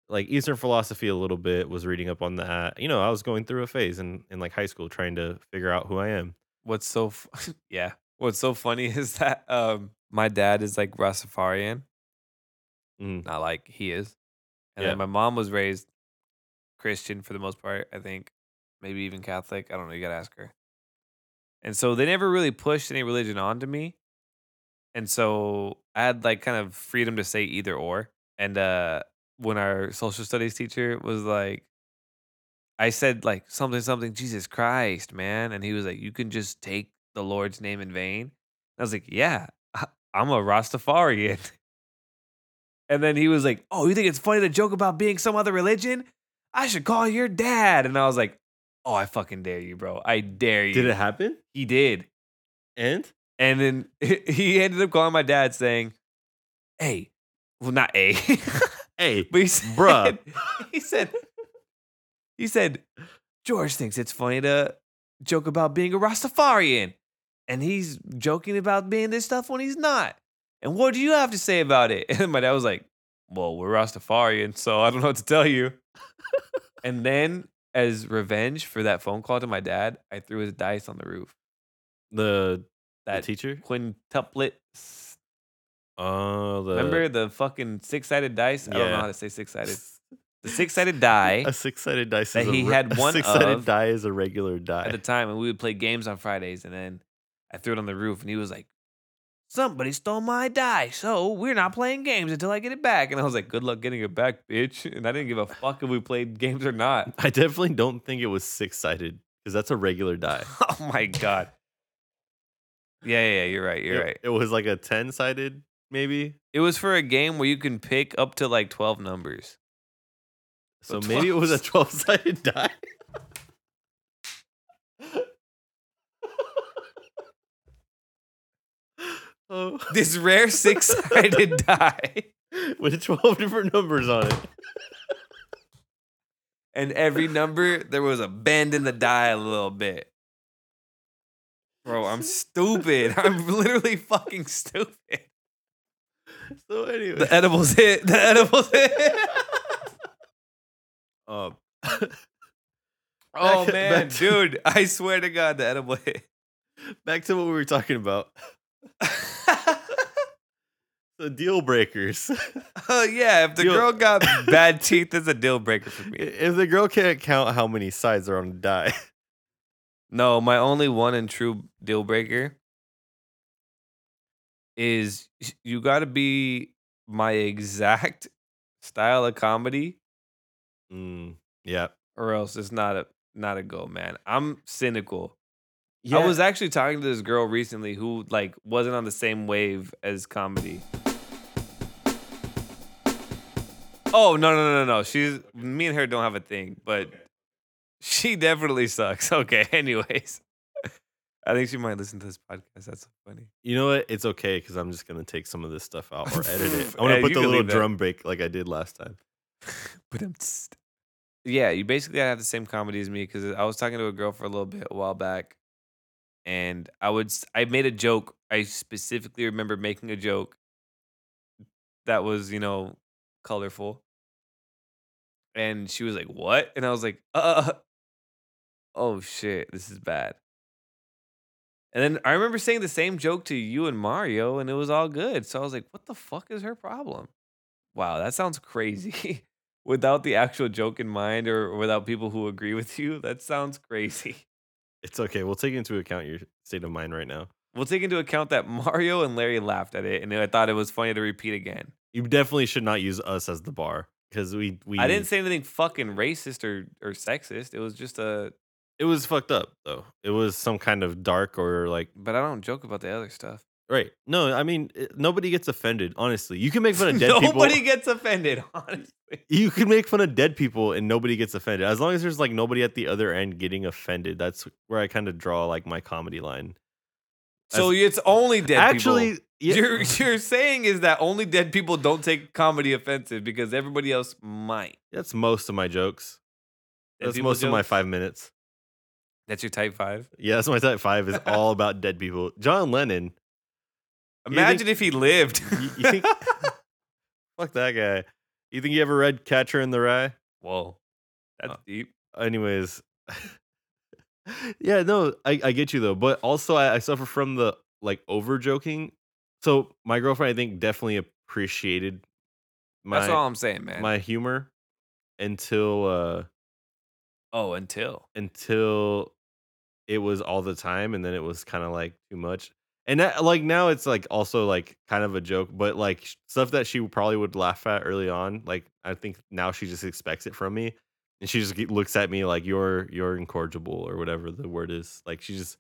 Speaker 2: like Eastern philosophy a little bit. Was reading up on that. You know, I was going through a phase in in like high school trying to figure out who I am.
Speaker 1: What's so f- yeah. What's so funny is that um my dad is like Rastafarian.
Speaker 2: Mm.
Speaker 1: Not like he is. And
Speaker 2: Yeah.
Speaker 1: then my mom was raised Christian for the most part, I think. Maybe even Catholic. I don't know. You gotta ask her. And so they never really pushed any religion onto me. And so I had like kind of freedom to say either or. And uh when our social studies teacher was like I said like something something Jesus Christ, man, and he was like you can just take the Lord's name in vain. I was like, "Yeah, I- I'm a Rastafarian." And then he was like, "Oh, you think it's funny to joke about being some other religion? I should call your dad." And I was like, "Oh, I fucking dare you, bro. I dare you."
Speaker 2: Did it happen?
Speaker 1: he did.
Speaker 2: And
Speaker 1: And then he ended up calling my dad saying, Hey, well, not A,
Speaker 2: hey,
Speaker 1: but he said,
Speaker 2: Bruh.
Speaker 1: he said, he said, George thinks it's funny to joke about being a Rastafarian. And he's joking about being this stuff when he's not. And what do you have to say about it? And my dad was like, Well, we're Rastafarian, so I don't know what to tell you. and then, as revenge for that phone call to my dad, I threw his dice on the roof.
Speaker 2: the, the
Speaker 1: That
Speaker 2: teacher.
Speaker 1: quintuplet. s-
Speaker 2: Oh, the
Speaker 1: Remember the fucking six sided dice? I don't know
Speaker 2: Yeah.
Speaker 1: how to say six sided. the six sided die
Speaker 2: A six-sided dice.
Speaker 1: That
Speaker 2: is a
Speaker 1: he
Speaker 2: re-
Speaker 1: had
Speaker 2: a
Speaker 1: one
Speaker 2: six-sided
Speaker 1: of
Speaker 2: die is a regular
Speaker 1: at the
Speaker 2: die.
Speaker 1: time, and we would play games on Fridays. And then I threw it on the roof, and he was like, "Somebody stole my die, so we're not playing games until I get it back." And I was like, "Good luck getting it back, bitch!" And I didn't give a fuck if we played games or not.
Speaker 2: I definitely don't think it was six-sided because that's a regular die.
Speaker 1: oh my god. Yeah, yeah, yeah, you're right. You're
Speaker 2: it,
Speaker 1: right.
Speaker 2: It was like a ten-sided, maybe.
Speaker 1: It was for a game where you can pick up to like 12 numbers.
Speaker 2: So
Speaker 1: So
Speaker 2: maybe it was a twelve-sided die. oh,
Speaker 1: This rare six sided die.
Speaker 2: with twelve different numbers on it.
Speaker 1: And every number, there was a bend in the die a little bit. Bro, I'm stupid. I'm literally fucking stupid.
Speaker 2: So anyway,
Speaker 1: The e edibles hit. The edibles hit.
Speaker 2: um,
Speaker 1: Oh,
Speaker 2: Back-
Speaker 1: man.
Speaker 2: back to-
Speaker 1: Dude, I swear to God, the edible hit.
Speaker 2: back to what we were talking about. The deal breakers.
Speaker 1: oh, yeah. If the
Speaker 2: Yo.
Speaker 1: girl got bad teeth, that's a deal breaker for me.
Speaker 2: if the girl can't count how many sides are on a die,
Speaker 1: No, my only one and true deal breaker is you got to be my exact style of comedy,
Speaker 2: mm, yeah.
Speaker 1: or else it's not a not a go, man. I'm cynical.
Speaker 2: yeah,
Speaker 1: I was actually talking to this girl recently who like wasn't on the same wave as comedy. Oh no no no no! She's me and her don't have a thing, but she definitely sucks. Okay, anyways, I think she might listen to this podcast. That's so funny.
Speaker 2: You know what? It's okay because I'm just gonna take some of this stuff out or edit it.
Speaker 1: Yeah,
Speaker 2: I'm gonna
Speaker 1: you
Speaker 2: put the
Speaker 1: can
Speaker 2: little
Speaker 1: leave that.
Speaker 2: drum break like I did last time.
Speaker 1: But I'm just yeah. You basically gotta have the same comedy as me because I was talking to a girl for a little bit a while back, and I would s- I made a joke. I specifically remember making a joke that was you know colorful, and she was like, "What?" And I was like, "Uh, oh shit, this is bad." And then I remember saying the same joke to you and Mario, and it was all good. So I was like, "What the fuck is her problem?" Wow, that sounds crazy. without the actual joke in mind or without people who agree with you, that sounds crazy.
Speaker 2: It's okay. We'll take into account your state of mind right now.
Speaker 1: We'll take into account that Mario and Larry laughed at it, and I thought it was funny to repeat again.
Speaker 2: You definitely should not use us as the bar because we we
Speaker 1: I didn't say anything fucking racist or, or sexist. It was just a,
Speaker 2: it was fucked up though. It was some kind of dark or like
Speaker 1: but I don't joke about the other stuff.
Speaker 2: right. No, I mean it, nobody gets offended. Honestly, you can make fun of dead people.
Speaker 1: Nobody gets offended, honestly.
Speaker 2: you can make fun of dead people and nobody gets offended as long as there's like nobody at the other end getting offended that's where i kind of draw like my comedy line
Speaker 1: So it's only dead
Speaker 2: actually
Speaker 1: people.
Speaker 2: yeah,
Speaker 1: You're, you're saying is that only dead people don't take comedy offensive because everybody else might.
Speaker 2: that's most of my jokes
Speaker 1: Dead
Speaker 2: that's
Speaker 1: people
Speaker 2: most of my
Speaker 1: jokes?
Speaker 2: five minutes
Speaker 1: That's your type five.
Speaker 2: yeah that's my type five is all about dead people john lennon You think-
Speaker 1: Imagine if he lived.
Speaker 2: you, you think fuck that guy you think you ever read catcher in the rye
Speaker 1: Whoa, that's
Speaker 2: Uh,
Speaker 1: deep.
Speaker 2: anyways yeah no I, I get you though but also I, I suffer from the like over joking so my girlfriend i think definitely appreciated
Speaker 1: That's all
Speaker 2: my
Speaker 1: I'm saying, man.
Speaker 2: my humor until uh
Speaker 1: oh, until
Speaker 2: until it was all the time and then it was kind of like too much and that, like now it's like also like kind of a joke but like sh- stuff that she probably would laugh at early on like i think now she just expects it from me and she just ge- looks at me like you're you're incorrigible or whatever the word is like she just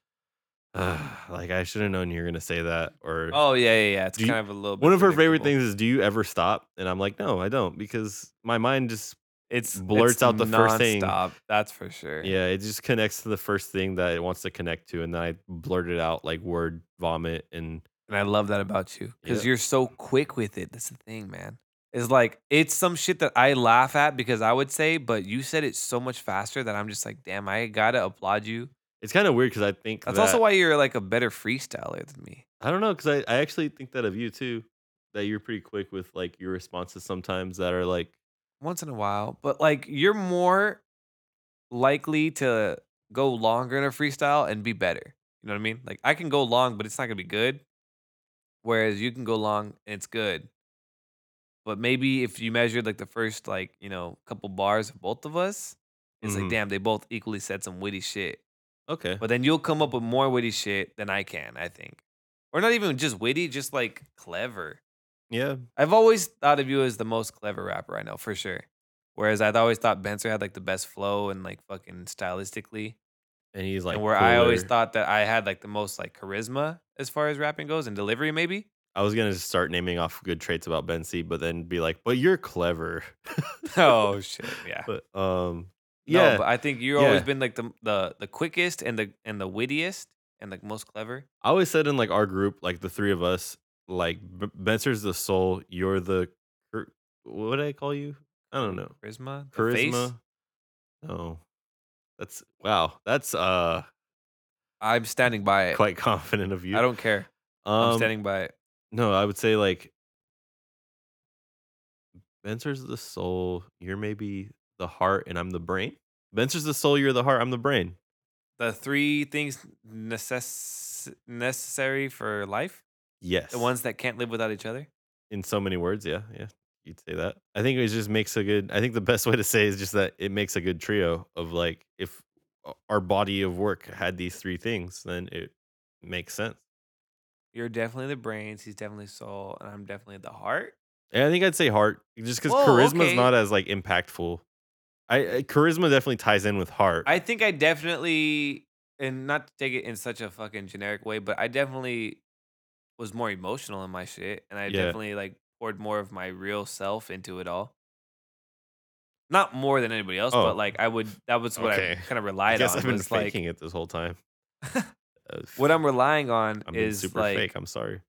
Speaker 2: like i should have known you were gonna say that or
Speaker 1: oh yeah yeah yeah. It's
Speaker 2: Do you-
Speaker 1: kind of a little. Bit
Speaker 2: one of her favorite
Speaker 1: predictable.
Speaker 2: things is do you ever stop and i'm like no i don't because my mind just
Speaker 1: it's
Speaker 2: blurts
Speaker 1: it's
Speaker 2: out the first thing.
Speaker 1: nonstop, That's for sure.
Speaker 2: Yeah, it just connects to the first thing that it wants to connect to, and then I blurt it out like word vomit, and
Speaker 1: and I love that about you because
Speaker 2: Yeah.
Speaker 1: you're so quick with it. That's the thing, man. It's like it's some shit that I laugh at because I would say, but you said it so much faster that I'm just like, damn, I gotta applaud you.
Speaker 2: it's kind of weird because I think
Speaker 1: That's
Speaker 2: that-
Speaker 1: also why you're like a better freestyler than me.
Speaker 2: I don't know because I, I actually think that of you too, that you're pretty quick with like your responses sometimes that are like
Speaker 1: once in a while, but like you're more likely to go longer in a freestyle and be better. You know what I mean? Like I can go long, but it's not gonna be good. Whereas you can go long and it's good. But maybe if you measured like the first like you know couple bars of both of us, it's
Speaker 2: Mhm.
Speaker 1: like damn, they both equally said some witty shit.
Speaker 2: Okay.
Speaker 1: But then you'll come up with more witty shit than I can, I think. Or not even just witty, just like clever.
Speaker 2: Yeah.
Speaker 1: I've always thought of you as the most clever rapper I know for sure. Whereas I've always thought Benzer had like the best flow and like fucking stylistically.
Speaker 2: And he's like
Speaker 1: and where I always
Speaker 2: cooler.
Speaker 1: thought that I had like the most like charisma as far as rapping goes and delivery maybe.
Speaker 2: I was gonna start naming off good traits about Ben C, but then be like, but you're clever.
Speaker 1: oh shit, yeah.
Speaker 2: But um
Speaker 1: yeah.
Speaker 2: yeah,
Speaker 1: but I think you've always
Speaker 2: Yeah.
Speaker 1: been like the, the the quickest and the and the wittiest and like most clever.
Speaker 2: I always said in like our group, like the three of us, like B- Benser's the soul, you're the cur- what did I call you? I don't know.
Speaker 1: Charisma. the face.
Speaker 2: Charisma. No. That's wow. That's uh
Speaker 1: I'm standing by it.
Speaker 2: quite confident of you.
Speaker 1: I don't care. I'm
Speaker 2: um,
Speaker 1: standing by it.
Speaker 2: No, I would say like Benser's the soul, you're maybe the heart, and I'm the brain. Benser's the soul, you're the heart, I'm the brain.
Speaker 1: The three things necess- necessary for life.
Speaker 2: Yes.
Speaker 1: The ones that can't live without each other.
Speaker 2: in so many words, yeah. Yeah. You'd say that. I think it just makes a good I think the best way to say is just that it makes a good trio of like if o- our body of work had these three things, then it makes sense.
Speaker 1: You're definitely the brains. He's definitely soul, and I'm definitely the heart.
Speaker 2: And I think I'd say heart, just because
Speaker 1: Whoa,
Speaker 2: charisma
Speaker 1: okay.
Speaker 2: is not as like impactful. I, I charisma definitely ties in with heart.
Speaker 1: I think I definitely, and not to take it in such a fucking generic way, but I definitely was more emotional in my shit, and I
Speaker 2: Yeah.
Speaker 1: definitely like poured more of my real self into it all. Not more than anybody else,
Speaker 2: Oh.
Speaker 1: but like I would. That was what
Speaker 2: Okay.
Speaker 1: I kind of
Speaker 2: I
Speaker 1: relied
Speaker 2: guess
Speaker 1: on.
Speaker 2: I've been
Speaker 1: was, like,
Speaker 2: faking it this whole time. Uh,
Speaker 1: What I'm relying on
Speaker 2: I'm being
Speaker 1: is
Speaker 2: super
Speaker 1: like
Speaker 2: fake. I'm sorry.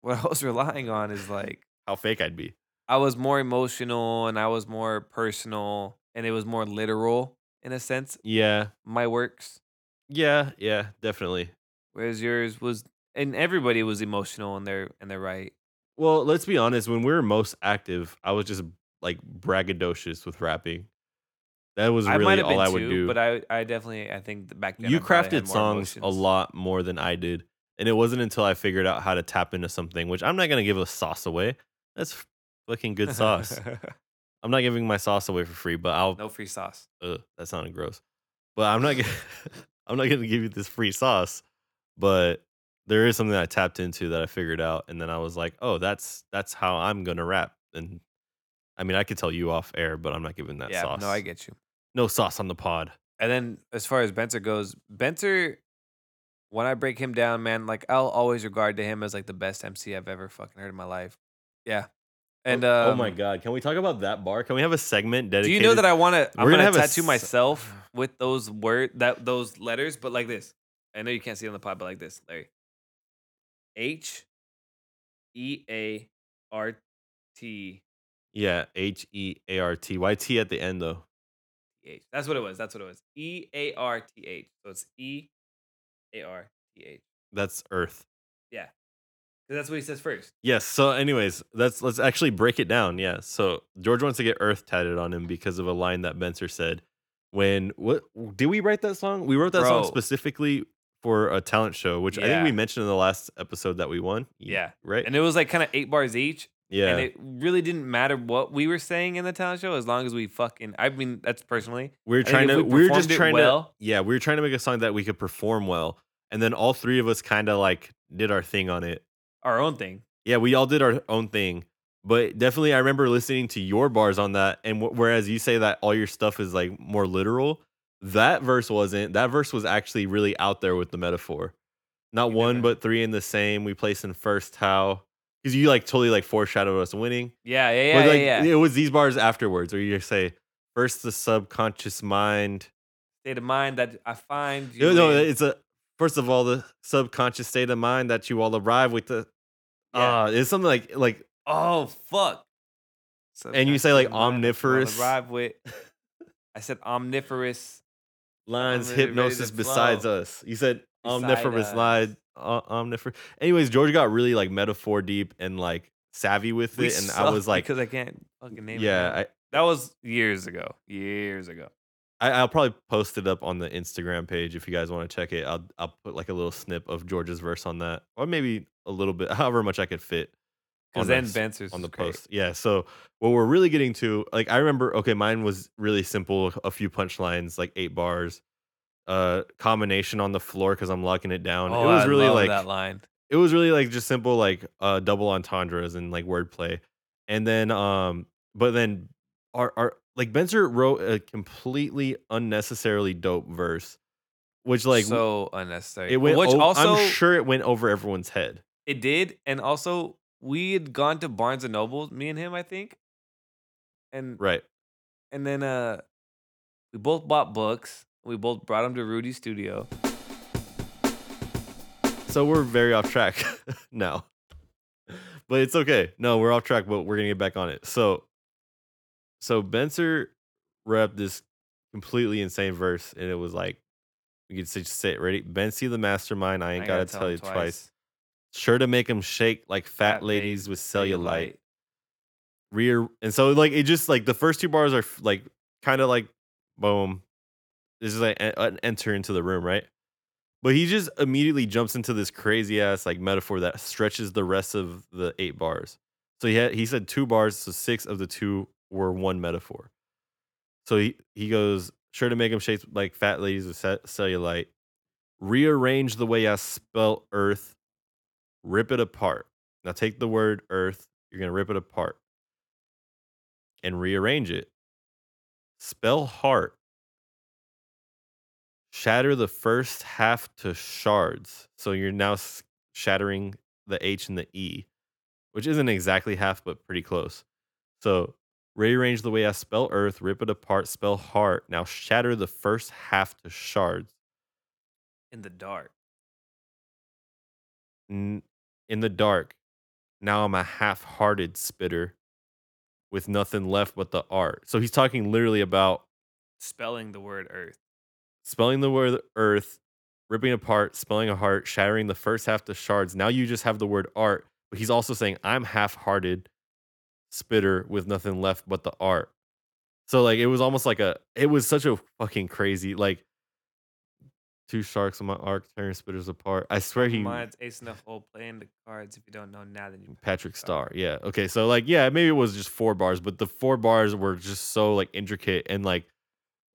Speaker 1: what I was relying on is like
Speaker 2: How fake I'd be.
Speaker 1: I was more emotional and I was more personal and it was more literal in a sense.
Speaker 2: Yeah,
Speaker 1: My works,
Speaker 2: yeah, yeah, definitely.
Speaker 1: whereas yours was, and everybody was emotional and they're and they're right.
Speaker 2: Well, let's be honest. When we were most active, I was just like braggadocious with rapping. That was
Speaker 1: I might
Speaker 2: really
Speaker 1: have
Speaker 2: all
Speaker 1: been
Speaker 2: I
Speaker 1: too,
Speaker 2: would do.
Speaker 1: but I I definitely I think that back then
Speaker 2: you
Speaker 1: I probably had
Speaker 2: crafted
Speaker 1: more
Speaker 2: songs a
Speaker 1: emotions.
Speaker 2: lot more than I did, and it wasn't until I figured out how to tap into something, which I'm not gonna give a sauce away. That's fucking good sauce. I'm not giving my sauce away for free, but I'll
Speaker 1: no free sauce.
Speaker 2: Ugh, that sounded gross. But I'm not gonna I'm not gonna give you this free sauce. But there is something I tapped into that I figured out, and then I was like, oh, that's that's how I'm gonna rap. And I mean, I could tell you off air, but I'm not giving that
Speaker 1: yeah,
Speaker 2: sauce.
Speaker 1: no, I get you.
Speaker 2: no sauce on the pod.
Speaker 1: And then as far as Benzer goes, Benzer, when I break him down, man, like I'll always regard to him as like the best MC I've ever fucking heard in my life. Yeah, and
Speaker 2: oh, oh
Speaker 1: um,
Speaker 2: my god, can we talk about that bar? Can we have a segment
Speaker 1: Do
Speaker 2: dedicated?
Speaker 1: you know that I want to? I'm
Speaker 2: We're
Speaker 1: gonna,
Speaker 2: gonna have a
Speaker 1: tattoo
Speaker 2: s-
Speaker 1: myself with those word that those letters, but like this. I know you can't see it on the pod, but like this, Larry. H E A R T
Speaker 2: Yeah, H E A R T Y T at the end though.
Speaker 1: H. That's what it was. That's what it was. E A R T H. So it's E A R T H.
Speaker 2: That's Earth.
Speaker 1: 'Cause That's what he says first.
Speaker 2: Yes. So, anyways, let's let's actually break it down. Yeah. So George wants to get Earth tatted on him because of a line that Benser said. When what did we write that song? We wrote that song
Speaker 1: Bro.
Speaker 2: specifically for a talent show, which I think
Speaker 1: Yeah.
Speaker 2: we mentioned in the last episode that we won. Y-
Speaker 1: Yeah.
Speaker 2: Right.
Speaker 1: And it was like kind of eight bars each.
Speaker 2: yeah.
Speaker 1: And it really didn't matter what we were saying in the talent show as long as we fucking, I mean, that's personally.
Speaker 2: we were
Speaker 1: I think
Speaker 2: trying
Speaker 1: if
Speaker 2: to.
Speaker 1: we
Speaker 2: We were just
Speaker 1: performed it
Speaker 2: trying to.
Speaker 1: well-
Speaker 2: Yeah, we were trying to make a song that we could perform well, and then all three of us kind of like did our thing on it.
Speaker 1: Our own thing.
Speaker 2: yeah, we all did our own thing, but definitely I remember listening to your bars on that. And wh- whereas you say that all your stuff is like more literal, that verse wasn't. That verse was actually really out there with the metaphor. Not
Speaker 1: Yeah.
Speaker 2: one, but three in the same. We place in first how because you like totally like foreshadowed us winning.
Speaker 1: Yeah, yeah, yeah,
Speaker 2: but, like,
Speaker 1: yeah, yeah.
Speaker 2: It was these bars afterwards where you say first the subconscious mind.
Speaker 1: state of mind that I find you.
Speaker 2: No, no,
Speaker 1: in.
Speaker 2: it's a first of all the subconscious state of mind that you all arrive with the.
Speaker 1: Yeah.
Speaker 2: Uh, it's something like like
Speaker 1: oh fuck.
Speaker 2: And you say, like,
Speaker 1: Subconscious mind
Speaker 2: omnivorous.
Speaker 1: that I Arrive with. I said omnivorous. really
Speaker 2: lines
Speaker 1: ready to
Speaker 2: hypnosis besides
Speaker 1: flow.
Speaker 2: us. You said
Speaker 1: Beside
Speaker 2: omniferous
Speaker 1: us.
Speaker 2: lied uh, omnifer. Anyways, George got really like metaphor deep and like savvy with
Speaker 1: We
Speaker 2: it, and I
Speaker 1: suck
Speaker 2: was like,
Speaker 1: because I can't fucking name it.
Speaker 2: yeah,
Speaker 1: that was years ago. Years ago.
Speaker 2: I, I I'll probably post it up on the Instagram page if you guys want to check it. I'll I'll put like a little snip of George's verse on that, or maybe a little bit, however much I could fit. on
Speaker 1: Because then
Speaker 2: this-
Speaker 1: Benson's
Speaker 2: on the
Speaker 1: was great.
Speaker 2: post. Yeah. So what we're really getting to, like, I remember. Okay, mine was really simple. A few punchlines, like eight bars, uh, combination on the floor because I'm locking it down.
Speaker 1: Oh,
Speaker 2: it was
Speaker 1: I
Speaker 2: really
Speaker 1: love
Speaker 2: like
Speaker 1: that line.
Speaker 2: it was really like just simple like uh double entendres and like wordplay and then um but then our our like benzer wrote a completely unnecessarily dope verse which like
Speaker 1: so unnecessary.
Speaker 2: it went
Speaker 1: Which
Speaker 2: o-
Speaker 1: also
Speaker 2: i'm sure it went over everyone's head
Speaker 1: it did, and also we had gone to Barnes and Noble, me and him, I think, and
Speaker 2: right
Speaker 1: and then uh, we both bought books. We both brought them to Rudy's studio.
Speaker 2: so we're very off track now but it's okay no we're off track but we're gonna get back on it so so benzer repped this completely insane verse and it was like we could just say it ready benzie the mastermind i ain't gotta, tell, you twice. sure to make them shake like fat,
Speaker 1: Fat
Speaker 2: ladies
Speaker 1: ladies
Speaker 2: with cellulite rear and so like it just like the first two bars are like kind of like boom this is like en- an enter into the room right but he just immediately jumps into this crazy ass like metaphor that stretches the rest of the eight bars so he had he said two bars so six of the two were one metaphor so he he goes sure to make them shake like fat ladies with ce- cellulite rearrange the way i spell earth rip it apart now take the word earth you're gonna rip it apart and rearrange it. Spell heart. Shatter the first half to shards. So you're now s- shattering the H and the E, which isn't exactly half, but pretty close. So rearrange the way I spell earth, rip it apart, spell heart. Now shatter the first half to shards.
Speaker 1: in the dark.
Speaker 2: N- in the dark. Now I'm a half hearted spitter with nothing left but the art. So he's talking literally about
Speaker 1: Spelling the word Earth.
Speaker 2: spelling the word earth, ripping apart, spelling a heart, shattering the first half to shards. Now you just have the word art, but he's also saying I'm half-hearted spitter with nothing left but the art. So like it was almost like a it was such a fucking crazy like two sharks on my arc tearing spitters apart. I swear he
Speaker 1: Reminds Ace enough old playing the cards. If you don't know now, then you
Speaker 2: Patrick
Speaker 1: Star.
Speaker 2: Starr. Yeah. Okay. So like, yeah, maybe it was just four bars, but the four bars were just so like intricate and like,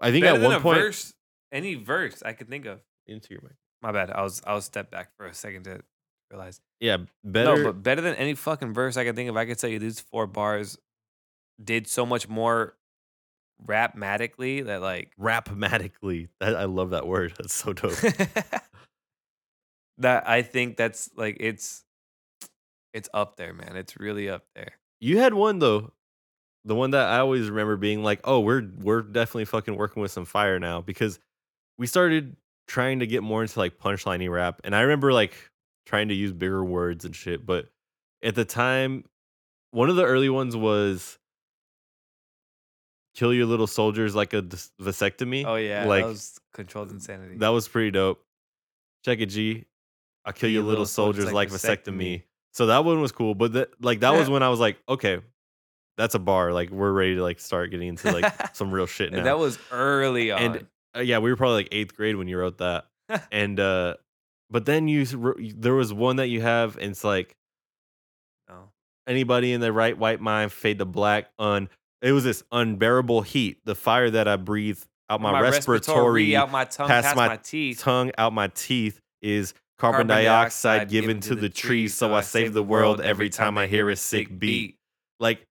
Speaker 2: I think
Speaker 1: Better
Speaker 2: at
Speaker 1: than
Speaker 2: one
Speaker 1: a
Speaker 2: point
Speaker 1: verse, any verse I could think of.
Speaker 2: into your mic.
Speaker 1: My bad. I was I was stepped back for a second to realize.
Speaker 2: Yeah, better.
Speaker 1: No, but better than any fucking verse I can think of. I could tell you these four bars did so much more rapmatically that like
Speaker 2: rapmatically. That, I love that word. That's so dope.
Speaker 1: that I think that's like it's it's up there, man. It's really up there.
Speaker 2: you had one though, the one that I always remember being like, "Oh, we're we're definitely fucking working with some fire now," because we started trying to get more into like punchliney rap, and I remember like trying to use bigger words and shit. But at the time, one of the early ones was "kill your little soldiers like a dis- vasectomy."
Speaker 1: Oh yeah,
Speaker 2: like
Speaker 1: that was controlled insanity.
Speaker 2: That was pretty dope. Check it, G. I'll kill your little soldiers like vasectomy. So that one was cool, but that like that was when I was like, okay, that's a bar. Like we're ready to like start getting into like some real shit now.
Speaker 1: and that was early on.
Speaker 2: And- Uh, yeah, we were probably like eighth grade when you wrote that, and uh, but then you s- wrote- there was one that you have, and it's like
Speaker 1: No.
Speaker 2: anybody in their right white mind fade to black on. It was this unbearable heat, the fire that I breathe out my, respiratory,
Speaker 1: out my tongue,
Speaker 2: past
Speaker 1: past,
Speaker 2: my
Speaker 1: my, teeth.
Speaker 2: tongue out my teeth is carbon, dioxide, given to the trees, so I save the world every time I hear a sick beat. Like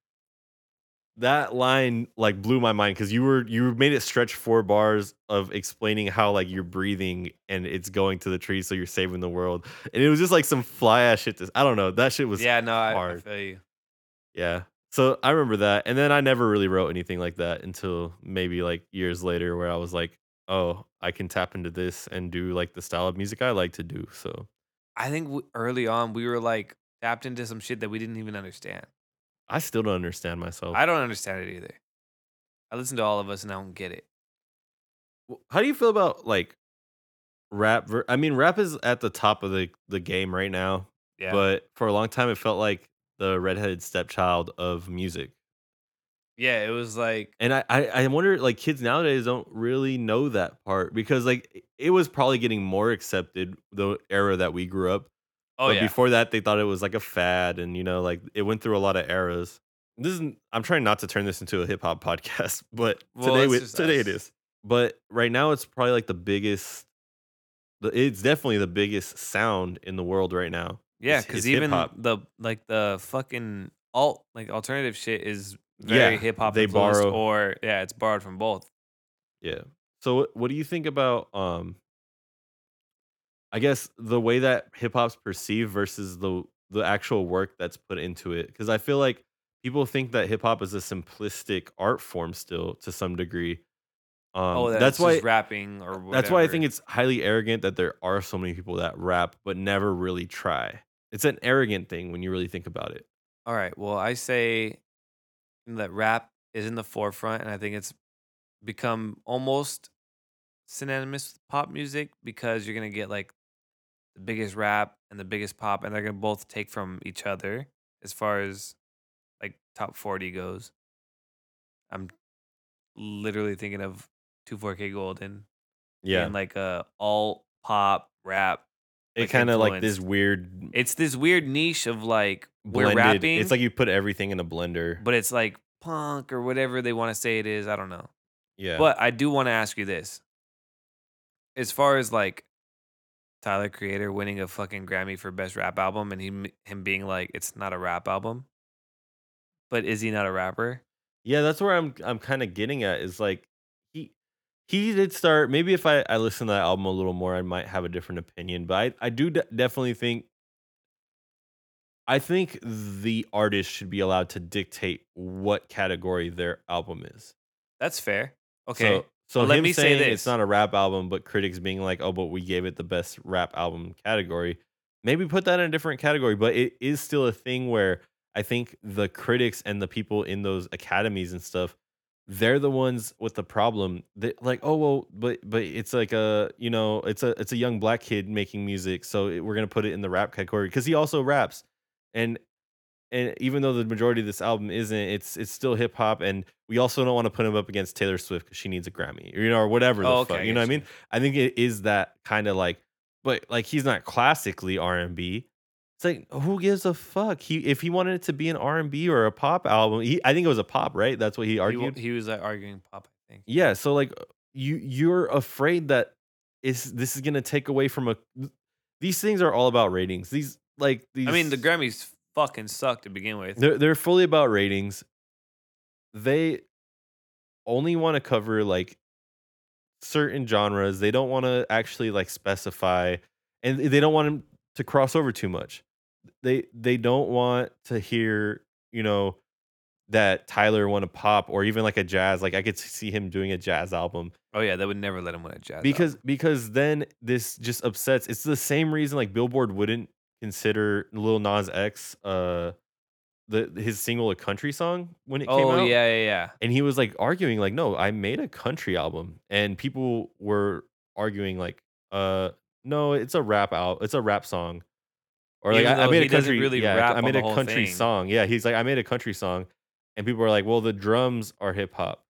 Speaker 2: that line like blew my mind because you were you made it stretch four bars of explaining how like you're breathing and it's going to the trees, so you're saving the world. And it was just like some fly ass shit. This I don't know. That shit was yeah.
Speaker 1: yeah, no, I, I
Speaker 2: hard.
Speaker 1: feel you.
Speaker 2: So I remember that. And then I never really wrote anything like that until maybe like years later where I was like, oh, I can tap into this and do like the style of music I like to do. So
Speaker 1: I think w early on we were like tapped into some shit that we didn't even understand.
Speaker 2: I still don't understand myself.
Speaker 1: I don't understand it either. I listen to all of us and I don't get it.
Speaker 2: W- How do you feel about like rap? Ver- I mean, rap is at the top of the, the game right now,
Speaker 1: Yeah,
Speaker 2: but for a long time, it felt like the redheaded stepchild of music.
Speaker 1: yeah, it was like
Speaker 2: And I, I, I wonder, like, kids nowadays don't really know that part because, like, it was probably getting more accepted the era that we grew up.
Speaker 1: Oh
Speaker 2: but
Speaker 1: yeah.
Speaker 2: before that, they thought it was like a fad, and you know, like it went through a lot of eras. This is I'm trying not to turn this into a hip hop podcast, but
Speaker 1: Well,
Speaker 2: today
Speaker 1: it's
Speaker 2: we,
Speaker 1: just
Speaker 2: today it
Speaker 1: us.
Speaker 2: is. But right now, it's probably like the biggest. the- It's definitely the biggest sound in the world right now.
Speaker 1: yeah,
Speaker 2: it's-
Speaker 1: because
Speaker 2: it's
Speaker 1: even
Speaker 2: hip-hop.
Speaker 1: the like the fucking alt like alternative shit is very
Speaker 2: Yeah,
Speaker 1: hip hop.
Speaker 2: they
Speaker 1: influenced
Speaker 2: borrow.
Speaker 1: or yeah, it's borrowed from both.
Speaker 2: Yeah. So what- what do you think about um I guess the way that hip hop's perceived versus the the actual work that's put into it cuz I feel like people think that hip hop is a simplistic art form still to some degree. Um
Speaker 1: oh, that
Speaker 2: that's
Speaker 1: it's just
Speaker 2: why
Speaker 1: rapping or whatever.
Speaker 2: that's why I think it's highly arrogant that there are so many people that rap but never really try. It's an arrogant thing when you really think about it.
Speaker 1: All right. Well, I say that rap is in the forefront, and I think it's become almost synonymous with pop music because you're gonna get like the biggest rap and the biggest pop, and they're gonna both take from each other as far as like top forty goes. I'm literally thinking of two four K Golden
Speaker 2: Yeah.
Speaker 1: being like a all pop rap.
Speaker 2: it
Speaker 1: like
Speaker 2: kind of like this
Speaker 1: influenced.
Speaker 2: weird
Speaker 1: It's this weird niche of like we're
Speaker 2: blended.
Speaker 1: rapping.
Speaker 2: It's like you put everything in a blender.
Speaker 1: but it's like punk or whatever they want to say it is. I don't know.
Speaker 2: yeah.
Speaker 1: But I do want to ask you this. As far as like Tyler Creator winning a fucking Grammy for best rap album and him him being like it's not a rap album. But is he not a rapper?
Speaker 2: Yeah, that's where I'm I'm kind of getting at is like he he did start maybe if I I listen to that album a little more I might have a different opinion, but I I do de- definitely think I think the artist should be allowed to dictate what category their album is.
Speaker 1: That's fair. Okay.
Speaker 2: So, so
Speaker 1: Well, let
Speaker 2: him
Speaker 1: me say
Speaker 2: saying
Speaker 1: this.
Speaker 2: it's not a rap album, but critics being like, "Oh, but we gave it the best rap album category." Maybe put that in a different category, but it is still a thing where I think the critics and the people in those academies and stuff, they're the ones with the problem. That like, oh well, but but it's like a you know, it's a it's a young black kid making music, so it, we're gonna put it in the rap category because he also raps, and and even though the majority of this album isn't, it's it's still hip hop, and we also don't want to put him up against Taylor Swift because she needs a Grammy, or, you know, or whatever the
Speaker 1: Oh,
Speaker 2: fuck.
Speaker 1: okay,
Speaker 2: You know what I
Speaker 1: gotcha.
Speaker 2: mean? I think it is that kind of like, but like he's not classically R and B. It's like who gives a fuck? He if he wanted it to be an R and B or a pop album, he, I think it was a pop, right? That's what he
Speaker 1: He, wa-
Speaker 2: argued.
Speaker 1: he was like arguing pop, I think.
Speaker 2: yeah, so like uh, you you're afraid that is this is gonna take away from a. These things are all about ratings. These like these.
Speaker 1: I mean, the Grammys fucking suck to begin with.
Speaker 2: They're they're fully about ratings. They only want to cover like certain genres. They don't want to actually like specify, and they don't want 'em to cross over too much. They they don't want to hear you know that Tyler want to pop or even like a jazz. Like I could see him doing a jazz album
Speaker 1: oh yeah, they would never let him win a jazz.
Speaker 2: because
Speaker 1: album.
Speaker 2: because then this just upsets. It's the same reason like Billboard wouldn't consider Lil Nas X uh the his single a country song when it came
Speaker 1: Oh
Speaker 2: out.
Speaker 1: yeah, yeah, yeah.
Speaker 2: And he was like arguing like no, I made a country album and people were arguing like uh no, it's a rap out. It's a rap song. Or like
Speaker 1: Even
Speaker 2: I, I
Speaker 1: though
Speaker 2: made
Speaker 1: he
Speaker 2: a
Speaker 1: doesn't
Speaker 2: country
Speaker 1: really
Speaker 2: yeah,
Speaker 1: rap
Speaker 2: I
Speaker 1: on
Speaker 2: made
Speaker 1: the
Speaker 2: a
Speaker 1: whole
Speaker 2: country
Speaker 1: thing.
Speaker 2: song. Yeah, he's like I made a country song and people are like, "Well, the drums are hip hop."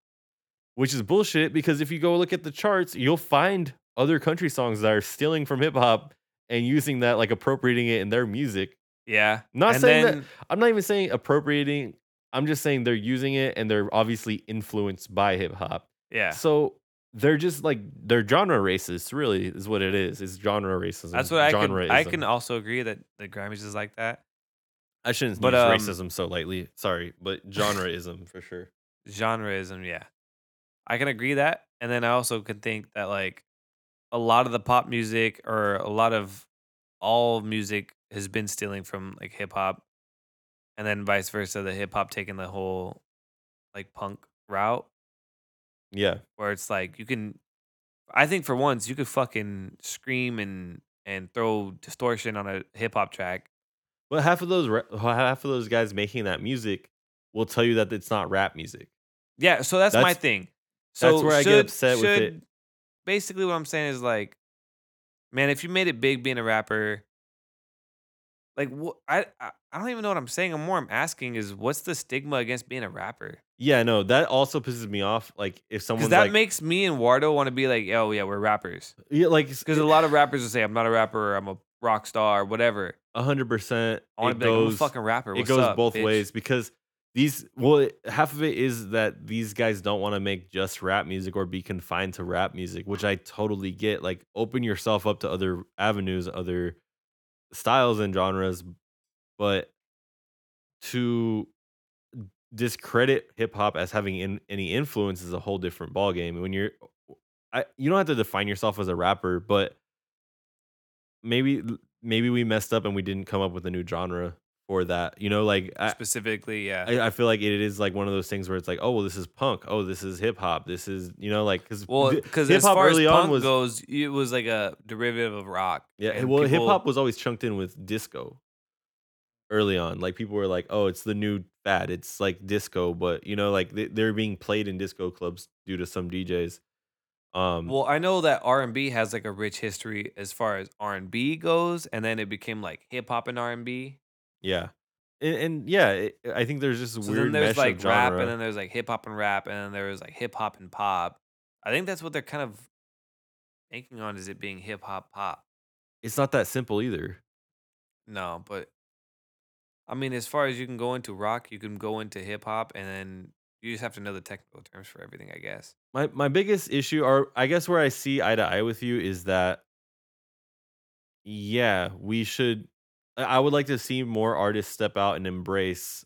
Speaker 2: which is bullshit because if you go look at the charts, you'll find other country songs that are stealing from hip hop and using that, like appropriating it in their music.
Speaker 1: Yeah.
Speaker 2: Not
Speaker 1: and
Speaker 2: saying
Speaker 1: then,
Speaker 2: that I'm not even saying appropriating. I'm just saying they're using it and they're obviously influenced by hip hop.
Speaker 1: Yeah.
Speaker 2: So they're just like they're genre racists, really, is what it is. It's genre racism.
Speaker 1: That's what I
Speaker 2: genre
Speaker 1: can. I can uh, also agree that the Grammys is like that.
Speaker 2: I shouldn't
Speaker 1: but,
Speaker 2: use
Speaker 1: um,
Speaker 2: racism so lightly. Sorry, but genreism for sure.
Speaker 1: Genreism, yeah, I can agree that, and then I also can think that like a lot of the pop music or a lot of all music has been stealing from like hip hop, and then vice versa, the hip hop taking the whole like punk route
Speaker 2: Yeah.
Speaker 1: where it's like you can. I think for once you could fucking scream and and throw distortion on a hip hop track.
Speaker 2: But half of those ra- half of those guys making that music will tell you that it's not rap music.
Speaker 1: Yeah, so that's, my
Speaker 2: That's-
Speaker 1: thing. So
Speaker 2: that's where I get
Speaker 1: should-
Speaker 2: upset with it.
Speaker 1: should- Basically, what I'm saying is like, man, if you made it big being a rapper, like wh- I I I don't even know what I'm saying. I'm more I'm asking is what's the stigma against being a rapper?
Speaker 2: Yeah, no, that also pisses me off. Like if
Speaker 1: Because
Speaker 2: someone's
Speaker 1: that
Speaker 2: like, Uh,
Speaker 1: makes me and Wardo want to be like, oh yeah, we're rappers.
Speaker 2: yeah, like
Speaker 1: Because a lot of rappers will say I'm not a rapper, or I'm a rock star, whatever.
Speaker 2: hundred percent.
Speaker 1: I want to
Speaker 2: it
Speaker 1: be like, I'm a
Speaker 2: goes-
Speaker 1: fucking rapper.
Speaker 2: it
Speaker 1: What's
Speaker 2: goes
Speaker 1: up,
Speaker 2: both
Speaker 1: bitch?
Speaker 2: ways because these well it- half of it is that these guys don't want to make just rap music or be confined to rap music which i totally get like open yourself up to other avenues other styles and genres but to discredit hip hop as having in, any influence is a whole different ballgame when you're I, you don't have to define yourself as a rapper but maybe maybe we messed up and we didn't come up with a new genre for that you know like I,
Speaker 1: Specifically, yeah.
Speaker 2: I I feel like it is like one of those things where it's like, oh well, this is punk. Oh, this is hip hop. This is you know like because
Speaker 1: well, because as far as punk goes, it was like a derivative of rock.
Speaker 2: yeah.
Speaker 1: and
Speaker 2: Well, hip
Speaker 1: people-
Speaker 2: hop was always chunked in with disco. Early on, like people were like, oh, it's the new fad. It's like disco, but you know like they, they're being played in disco clubs due to some DJs. Um,
Speaker 1: Well, I know that R and B has like a rich history as far as R and B goes, and then it became like hip hop and R and B.
Speaker 2: yeah, and, and yeah, it, I think there's just a
Speaker 1: So
Speaker 2: weird
Speaker 1: then there's
Speaker 2: mesh
Speaker 1: like
Speaker 2: of
Speaker 1: rap,
Speaker 2: genre.
Speaker 1: and then there's like hip hop and rap, and then there's like hip hop and pop. I think that's what they're kind of banking on is it being hip hop pop.
Speaker 2: it's not that simple either.
Speaker 1: No, but I mean, as far as you can go into rock, you can go into hip hop, and then you just have to know the technical terms for everything, I guess.
Speaker 2: My my biggest issue, or I guess where I see eye to eye with you, is that yeah, we should. I I would like to see more artists step out and embrace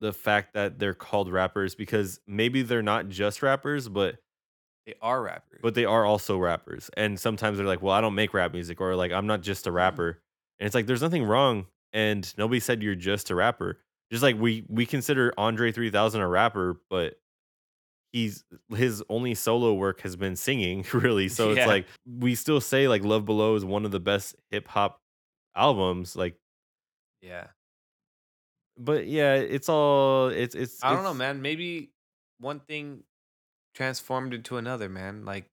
Speaker 2: the fact that they're called rappers because maybe they're not just rappers, but
Speaker 1: They are rappers.
Speaker 2: but they are also rappers. And sometimes they're like, "Well, I don't make rap music," or like, "I'm not just a
Speaker 1: Mm-hmm.
Speaker 2: rapper." And it's like, there's nothing wrong, and nobody said you're just a rapper. Just like we we consider Andre 3000 a rapper, but he's his only solo work has been singing, really. So
Speaker 1: Yeah.
Speaker 2: it's like we still say like Love Below is one of the best hip hop albums. Like,
Speaker 1: yeah,
Speaker 2: but yeah, it's all it's it's.
Speaker 1: I don't know,
Speaker 2: it's-
Speaker 1: man. Maybe one thing transformed into another, man. Like,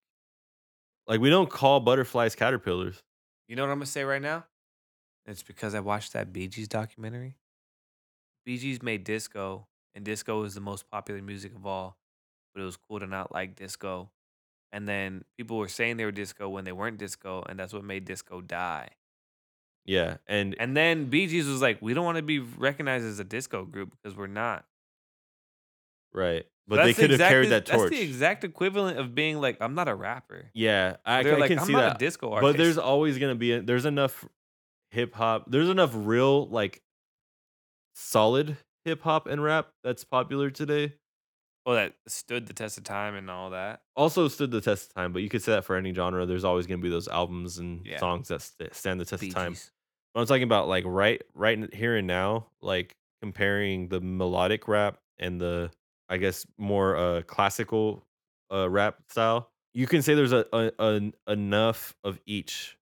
Speaker 2: Like we don't call butterflies caterpillars.
Speaker 1: you know what I'm gonna say right now? It's because I watched that Bee Gees documentary. Bee Gees made disco, and disco is the most popular music of all. But it was cool to not like disco. And then people were saying they were disco when they weren't disco, and that's what made disco die.
Speaker 2: Yeah, and
Speaker 1: And then Bee Gees was like, we don't want to be recognized as a disco group because we're not.
Speaker 2: right, but
Speaker 1: That's
Speaker 2: they
Speaker 1: the
Speaker 2: could have
Speaker 1: exact-
Speaker 2: carried that torch.
Speaker 1: That's the exact equivalent of being like, I'm not a rapper.
Speaker 2: Yeah, I,
Speaker 1: They're
Speaker 2: I
Speaker 1: like,
Speaker 2: can
Speaker 1: I'm
Speaker 2: see
Speaker 1: not
Speaker 2: that.
Speaker 1: a disco artist.
Speaker 2: But there's always gonna be a, there's enough hip hop. There's enough real like solid hip hop and rap that's popular today.
Speaker 1: oh, that stood the test of time and all that.
Speaker 2: Also stood the test of time, but you could say that for any genre. There's always gonna be those albums and
Speaker 1: Yeah.
Speaker 2: songs that st- stand the test
Speaker 1: Bee
Speaker 2: of time.
Speaker 1: Gees.
Speaker 2: But I'm talking about like right right n- here and now, like comparing the melodic rap and the I guess more uh classical uh rap style. You can say there's a, a, an enough of each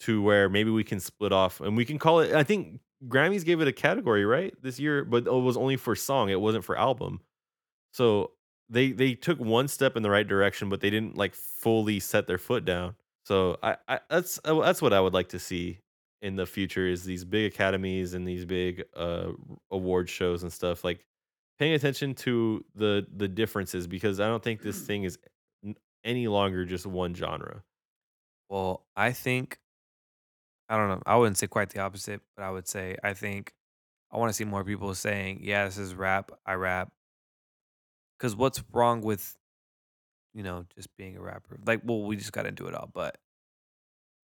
Speaker 2: to where maybe we can split off and we can call it I think Grammys gave it a category, right? This year, but it was only for song, it wasn't for album. So they they took one step in the right direction, but they didn't like fully set their foot down. So I, I that's uh, that's what I would like to see in the future is these big academies and these big uh award shows and stuff like paying attention to the the differences because I don't think this
Speaker 1: Mm.
Speaker 2: thing is n- any longer just one genre.
Speaker 1: Well, I think, I don't know. I wouldn't say quite the opposite, but I would say, I think I want to see more people saying, yeah, this is rap. I rap. Because what's wrong with, you know, just being a rapper? Like, well, we just got into it all, but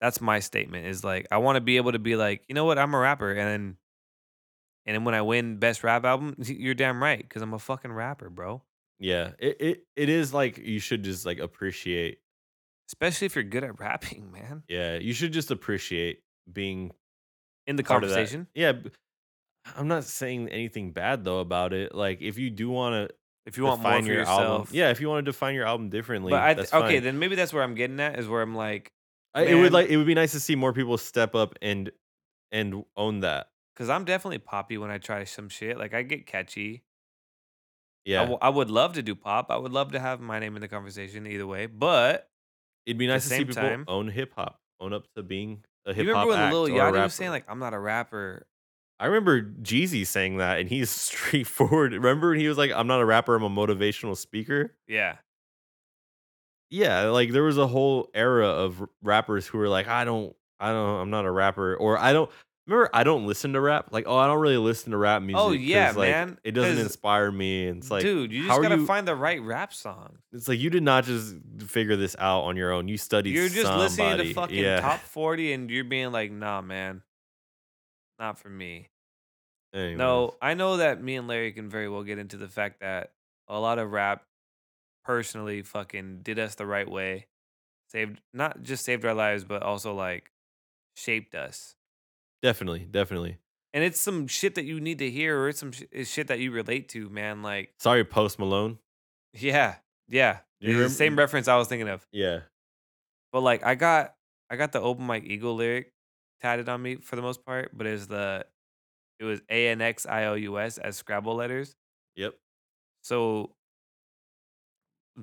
Speaker 1: that's my statement is like, I want to be able to be like, you know what? I'm a rapper. And then, and then when I win best rap album, you're damn right. Because I'm a fucking rapper, bro.
Speaker 2: Yeah, it, it it is like you should just like appreciate.
Speaker 1: Especially if you're good at rapping, man.
Speaker 2: Yeah, you should just appreciate being
Speaker 1: In the
Speaker 2: part of that.
Speaker 1: conversation.
Speaker 2: Yeah, b- I'm not saying anything bad though about it. Like if you do want to
Speaker 1: If you want more
Speaker 2: define
Speaker 1: for
Speaker 2: your
Speaker 1: yourself.
Speaker 2: album, yeah, if you want to define your album differently,
Speaker 1: But I th-
Speaker 2: that's
Speaker 1: okay,
Speaker 2: fine.
Speaker 1: then maybe that's where I'm getting at is where I'm like,
Speaker 2: I, it would
Speaker 1: Man.
Speaker 2: like it would be nice to see more people step up and and own that.
Speaker 1: because I'm definitely poppy when I try some shit. Like I get catchy. I
Speaker 2: Yeah,
Speaker 1: w- I would love to do pop. I would love to have my name in the conversation either way. But
Speaker 2: it'd be nice to see
Speaker 1: same
Speaker 2: people
Speaker 1: time-
Speaker 2: own hip hop, own up to being a
Speaker 1: you
Speaker 2: hip hop.
Speaker 1: remember when Lil
Speaker 2: or a
Speaker 1: Yachty
Speaker 2: rapper.
Speaker 1: was saying like, "I'm not a rapper."
Speaker 2: I remember Jeezy saying that, and he's straightforward. Remember when he was like, "I'm not a rapper, I'm a motivational speaker."
Speaker 1: Yeah,
Speaker 2: Yeah, like there was a whole era of r- rappers who were like, "I don't." I- I don't. I'm not a rapper, or I don't. Remember, I don't listen to rap. Like, oh, I don't really listen to rap music.
Speaker 1: Oh, yeah,
Speaker 2: 'cause, like,
Speaker 1: man,
Speaker 2: It doesn't
Speaker 1: 'cause-
Speaker 2: inspire me. And it's like,
Speaker 1: Dude, you
Speaker 2: how
Speaker 1: just
Speaker 2: are
Speaker 1: gotta
Speaker 2: you-
Speaker 1: find the right rap song.
Speaker 2: it's like you did not just figure this out on your own. You studied.
Speaker 1: You're just listening to
Speaker 2: somebody.
Speaker 1: fucking
Speaker 2: yeah.
Speaker 1: top forty, and you're being like, "Nah, man, not for me."
Speaker 2: Anyways.
Speaker 1: No, I know that me and Larry can very well get into the fact that a lot of rap personally fucking did us the right way. Saved not just saved our lives, but also like shaped us.
Speaker 2: definitely, definitely.
Speaker 1: And it's some shit that you need to hear or it's some sh- it's shit that you relate to, man. Like,
Speaker 2: Sorry, Post Malone.
Speaker 1: yeah. Yeah.
Speaker 2: You
Speaker 1: It's the
Speaker 2: remem-
Speaker 1: same reference I was thinking of.
Speaker 2: Yeah,
Speaker 1: But like I got I got the open mic eagle lyric tatted on me for the most part, but it's the it was A N X I O U S as Scrabble letters.
Speaker 2: yep.
Speaker 1: So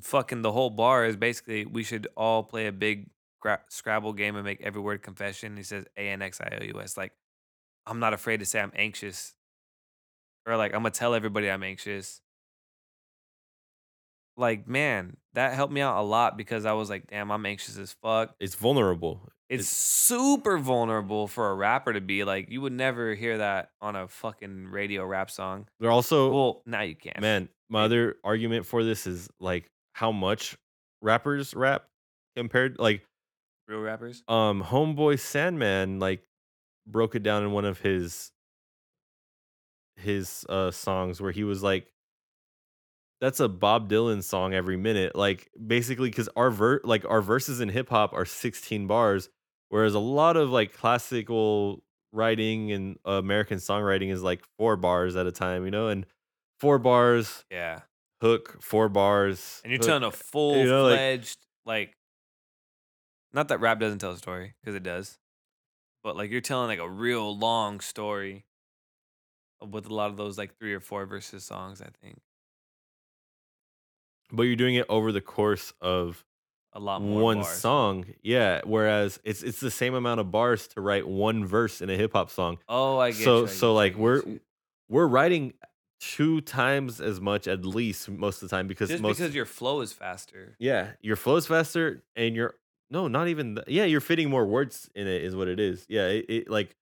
Speaker 1: fucking the whole bar is basically we should all play a big gra- Scrabble game and make every word confession. He says A N X I O U S. Like, I'm not afraid to say I'm anxious. Or like, I'm going to tell everybody I'm anxious. Like, man, that helped me out a lot because I was like, damn, I'm anxious as fuck.
Speaker 2: It's vulnerable.
Speaker 1: It's,
Speaker 2: It's-
Speaker 1: super vulnerable for a rapper to be like, you would never hear that on a fucking radio rap song.
Speaker 2: They're also
Speaker 1: Well, now you can.
Speaker 2: Oh. Man, my
Speaker 1: It-
Speaker 2: other argument for this is like how much rappers rap compared like
Speaker 1: Real rappers.
Speaker 2: um homeboy Sandman like broke it down in one of his his uh songs where he was like that's a Bob Dylan song every minute like basically cuz our ver- like our verses in hip hop are 16 bars whereas a lot of like classical writing and American songwriting is like four bars at a time you know and four bars
Speaker 1: Yeah.
Speaker 2: hook, four bars.
Speaker 1: And you're
Speaker 2: hook.
Speaker 1: telling a full
Speaker 2: know, like-
Speaker 1: fledged like, not that rap doesn't tell a story because it does, but like you're telling like a real long story with a lot of those like three or four verses songs. I think
Speaker 2: but you're doing it over the course of
Speaker 1: a lot more
Speaker 2: one
Speaker 1: bars.
Speaker 2: song. Yeah. Whereas it's it's the same amount of bars to write one verse in a hip hop song.
Speaker 1: Oh, I get
Speaker 2: So-
Speaker 1: you, I
Speaker 2: so,
Speaker 1: get you,
Speaker 2: like,
Speaker 1: I get
Speaker 2: we're-
Speaker 1: you.
Speaker 2: We're writing two times as much at least most of the time because
Speaker 1: just
Speaker 2: most
Speaker 1: because your flow is faster.
Speaker 2: yeah your flow's faster and you're no not even th- yeah you're fitting more words in it is what it is yeah it, it like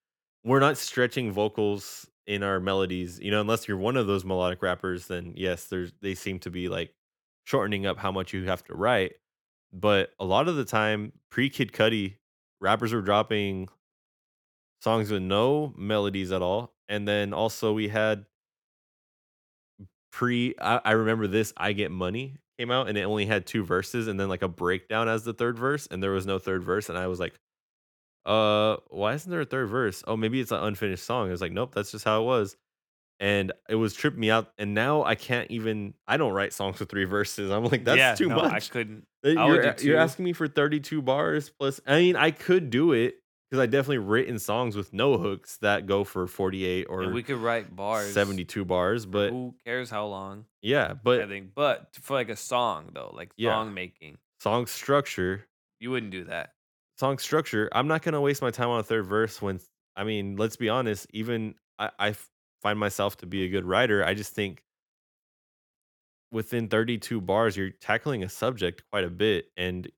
Speaker 2: we're not stretching vocals in our melodies you know unless you're one of those melodic rappers then yes there's they seem to be like shortening up how much you have to write but a lot of the time pre kid cuddy rappers were dropping songs with no melodies at all and then also we had pre I, I remember this i get money came out and it only had two verses and then like a breakdown as the third verse and there was no third verse and i was like uh why isn't there a third verse oh maybe it's an unfinished song i was like nope that's just how it was and it was tripping me out and now i can't even i don't write songs with three verses i'm like that's
Speaker 1: yeah,
Speaker 2: too
Speaker 1: no, I
Speaker 2: much
Speaker 1: couldn't.
Speaker 2: Uh,
Speaker 1: I would
Speaker 2: you're,
Speaker 1: do
Speaker 2: you're
Speaker 1: two.
Speaker 2: asking me for 32 bars plus i mean i could do it because i definitely written songs with no hooks that go for 48
Speaker 1: and
Speaker 2: or
Speaker 1: we could write bars.
Speaker 2: 72 bars but
Speaker 1: Who cares how long?
Speaker 2: yeah
Speaker 1: I
Speaker 2: but
Speaker 1: think, but for like a song though, like
Speaker 2: Yeah.
Speaker 1: song making,
Speaker 2: song structure
Speaker 1: you wouldn't do that.
Speaker 2: song structure, I'm not gonna waste my time on a third verse when I mean, let's be honest, even I, I f- find myself to be a good writer. I just think within 32 bars, you're tackling a subject quite a bit, and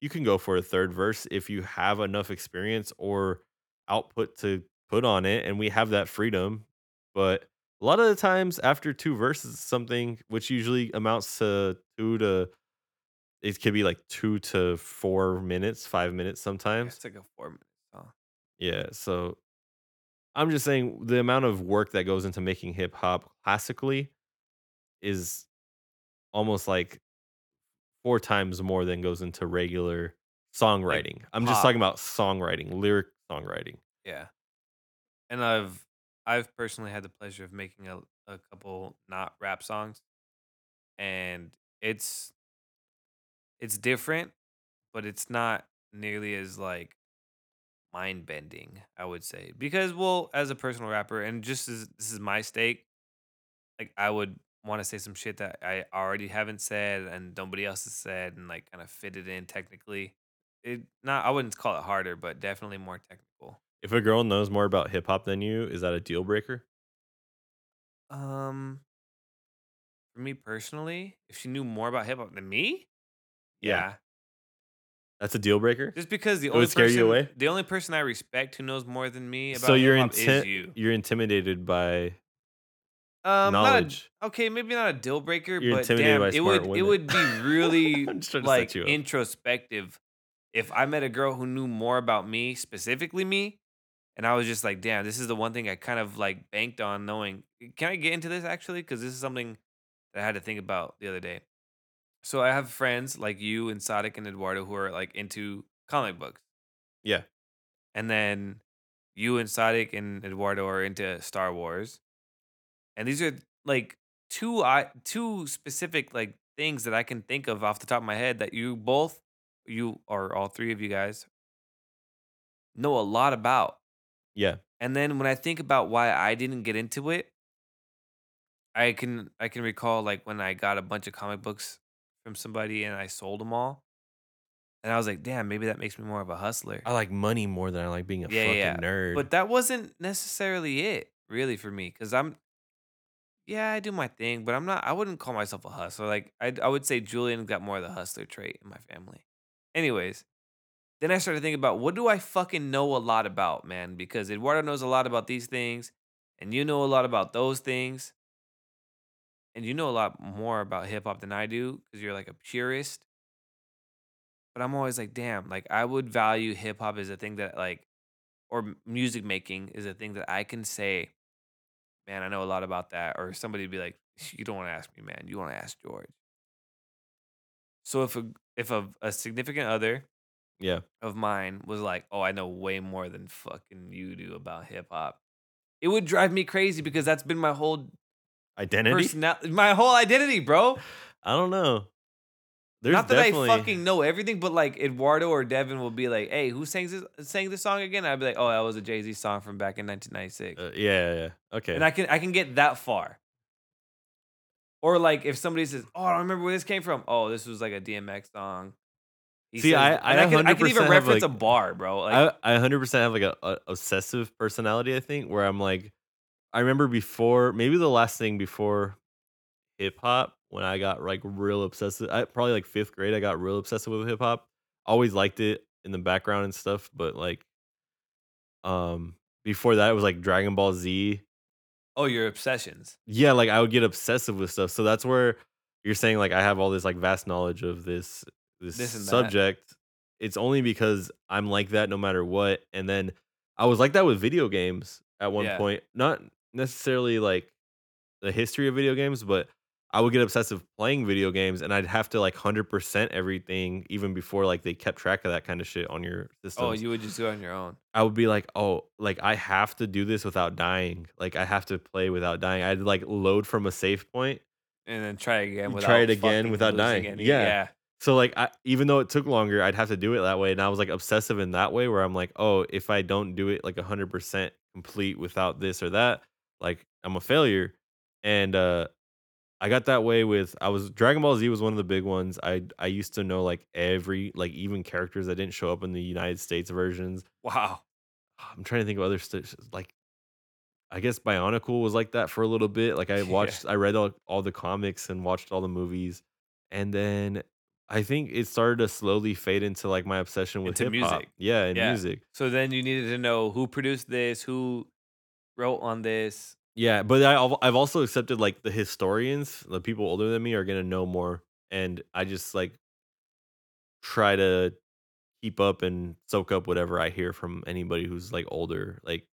Speaker 2: you can go for a third verse if you have enough experience or output to put on it, and we have that freedom. But a lot of the times after two verses something, which usually amounts to two to it could be like two to four minutes, five minutes sometimes.
Speaker 1: It's like a four minute song.
Speaker 2: Yeah, so I'm just saying the amount of work that goes into making hip hop classically is almost like four times more than goes into regular songwriting. I'm just
Speaker 1: pop.
Speaker 2: talking about songwriting, lyric songwriting.
Speaker 1: Yeah. And I've I've personally had the pleasure of making a, a couple not rap songs. And it's it's different, but it's not nearly as like mind bending, I would say. Because well, as a personal rapper and just as this is my stake, like I would want to say some shit that I already haven't said and nobody else has said and like kind of fit it in technically. It not I wouldn't call it harder, but definitely more technical.
Speaker 2: If a girl knows more about hip hop than you, is that a deal breaker?
Speaker 1: Um, for me personally, if she knew more about hip hop than me,
Speaker 2: Yeah.
Speaker 1: yeah,
Speaker 2: That's a deal breaker.
Speaker 1: Just because the
Speaker 2: It would
Speaker 1: only
Speaker 2: scare you
Speaker 1: person,
Speaker 2: away?
Speaker 1: the only person I respect who knows more than me about
Speaker 2: So you're
Speaker 1: hip-hop is
Speaker 2: intent-
Speaker 1: you.
Speaker 2: You're intimidated by
Speaker 1: Um, not a-
Speaker 2: knowledge.
Speaker 1: okay, maybe not a deal breaker,
Speaker 2: You're
Speaker 1: but
Speaker 2: intimidated
Speaker 1: damn,
Speaker 2: by
Speaker 1: it would
Speaker 2: smart
Speaker 1: it
Speaker 2: women.
Speaker 1: would be really
Speaker 2: I'm just trying to set
Speaker 1: like
Speaker 2: you up.
Speaker 1: introspective if I met a girl who knew more about me, specifically me, and I was just like, damn, this is the one thing I kind of like banked on knowing. eh, Can I get into this actually? Because this is something that I had to think about the other day. So I have friends like you and Sadik and Eduardo who are like into comic books.
Speaker 2: Yeah.
Speaker 1: And then you and Sadik and Eduardo are into Star Wars. And these are like two I two specific like things that I can think of off the top of my head that you both you or all three of you guys know a lot about.
Speaker 2: yeah.
Speaker 1: And then when I think about why I didn't get into it, I can I can recall like when I got a bunch of comic books from somebody and I sold them all. And I was like, damn, maybe that makes me more of a hustler.
Speaker 2: I like money more than I like being a
Speaker 1: Yeah,
Speaker 2: fucking
Speaker 1: yeah.
Speaker 2: nerd.
Speaker 1: But that wasn't necessarily it, really, for me, because I'm, yeah, I do my thing, but I'm not. I wouldn't call myself a hustler. Like I, I would say Julian got more of the hustler trait in my family. Anyways, then I started thinking about what do I fucking know a lot about, man? Because Eduardo knows a lot about these things, and you know a lot about those things, and you know a lot more about hip hop than I do because you're like a purist. But I'm always like, damn, like I would value hip hop as a thing that like or m- music making is a thing that I can say, man, I know a lot about that. Or somebody would be like, you don't want to ask me, man. You want to ask George. So if a if a, a significant other
Speaker 2: yeah.
Speaker 1: of mine was like, oh, I know way more than fucking you do about hip hop, it would drive me crazy because that's been my whole
Speaker 2: Identity?
Speaker 1: personality, my whole identity, bro.
Speaker 2: I don't know. There's
Speaker 1: Not that
Speaker 2: definitely
Speaker 1: I fucking know everything, but like Eduardo or Devin will be like, hey, who sang this sang this song again? I'd be like, oh, that was a Jay Z song from back in 1996.
Speaker 2: uh, yeah, yeah, yeah. Okay.
Speaker 1: and I can I can get that far. Or like if somebody says, "Oh, I don't remember where this came from." Oh, this was like a DMX song. He
Speaker 2: See, I- I
Speaker 1: and I can, I can
Speaker 2: 100%
Speaker 1: even
Speaker 2: have,
Speaker 1: reference
Speaker 2: like-
Speaker 1: a bar, bro. Like,
Speaker 2: I, I 100% have like a, a obsessive personality, I think, where I'm like, I remember before, maybe the last thing before hip hop, when I got like real obsessive, I, probably like fifth grade, I got real obsessive with hip hop. Always liked it in the background and stuff, but like, um, before that, it was like Dragon Ball Z.
Speaker 1: oh, your obsessions.
Speaker 2: Yeah, like I would get obsessive with stuff. So that's where you're saying like I have all this like vast knowledge of this this,
Speaker 1: This and that.
Speaker 2: subject. It's only because I'm like that no matter what. And then I was like that with video games at one
Speaker 1: Yeah.
Speaker 2: point. Not necessarily like the history of video games, but I would get obsessive playing video games and I'd have to like 100% everything even before like they kept track of that kind of shit on your system.
Speaker 1: Oh, you would just go on your own.
Speaker 2: I would be like, oh, like I have to do this without dying. Like I have to play without dying. I'd like load from a safe point.
Speaker 1: And then try again
Speaker 2: You
Speaker 1: without
Speaker 2: try it again
Speaker 1: fucking
Speaker 2: without
Speaker 1: losing
Speaker 2: dying.
Speaker 1: any-
Speaker 2: Yeah. So like I even though it took longer, I'd have to do it that way. And I was like obsessive in that way where I'm like, oh, if I don't do it like hundred percent complete without this or that, like I'm a failure. And uh I got that way with I was Dragon Ball Z was one of the big ones. I I used to know like every like even characters that didn't show up in the United States versions.
Speaker 1: Wow.
Speaker 2: I'm trying to think of other stuff like I guess Bionicle was like that for a little bit. Like I
Speaker 1: Yeah.
Speaker 2: watched I read all, all the comics and watched all the movies and then I think it started to slowly fade into like my obsession with
Speaker 1: Into
Speaker 2: hip hop.
Speaker 1: music.
Speaker 2: Yeah, and
Speaker 1: Yeah.
Speaker 2: music.
Speaker 1: So then you needed to know who produced this, who wrote on this.
Speaker 2: Yeah, but I, al- I've also accepted like the historians, the people older than me are gonna know more, and I just like try to keep up and soak up whatever I hear from anybody who's like older. Like,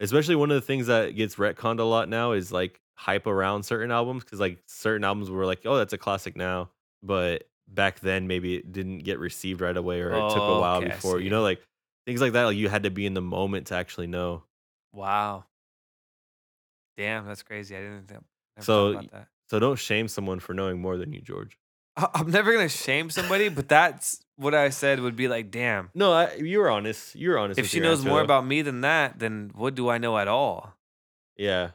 Speaker 2: especially one of the things that gets retconned a lot now is like hype around certain albums because like certain albums were like, oh, that's a classic now, but back then maybe it didn't get received right away or it took a
Speaker 1: Oh,
Speaker 2: while
Speaker 1: okay, I
Speaker 2: before
Speaker 1: see.
Speaker 2: you know like things like that. Like you had to be in the moment to actually know.
Speaker 1: Wow. Damn, that's crazy. I didn't think. never thought
Speaker 2: So,
Speaker 1: about that.
Speaker 2: So don't shame someone for knowing more than you, George.
Speaker 1: I- I'm never gonna shame somebody, but that's what I said would be like, damn.
Speaker 2: No, I, you're honest. You're honest.
Speaker 1: If
Speaker 2: with
Speaker 1: she
Speaker 2: your
Speaker 1: knows
Speaker 2: answer,
Speaker 1: more
Speaker 2: though.
Speaker 1: about me than that, then what do I know at all?
Speaker 2: yeah,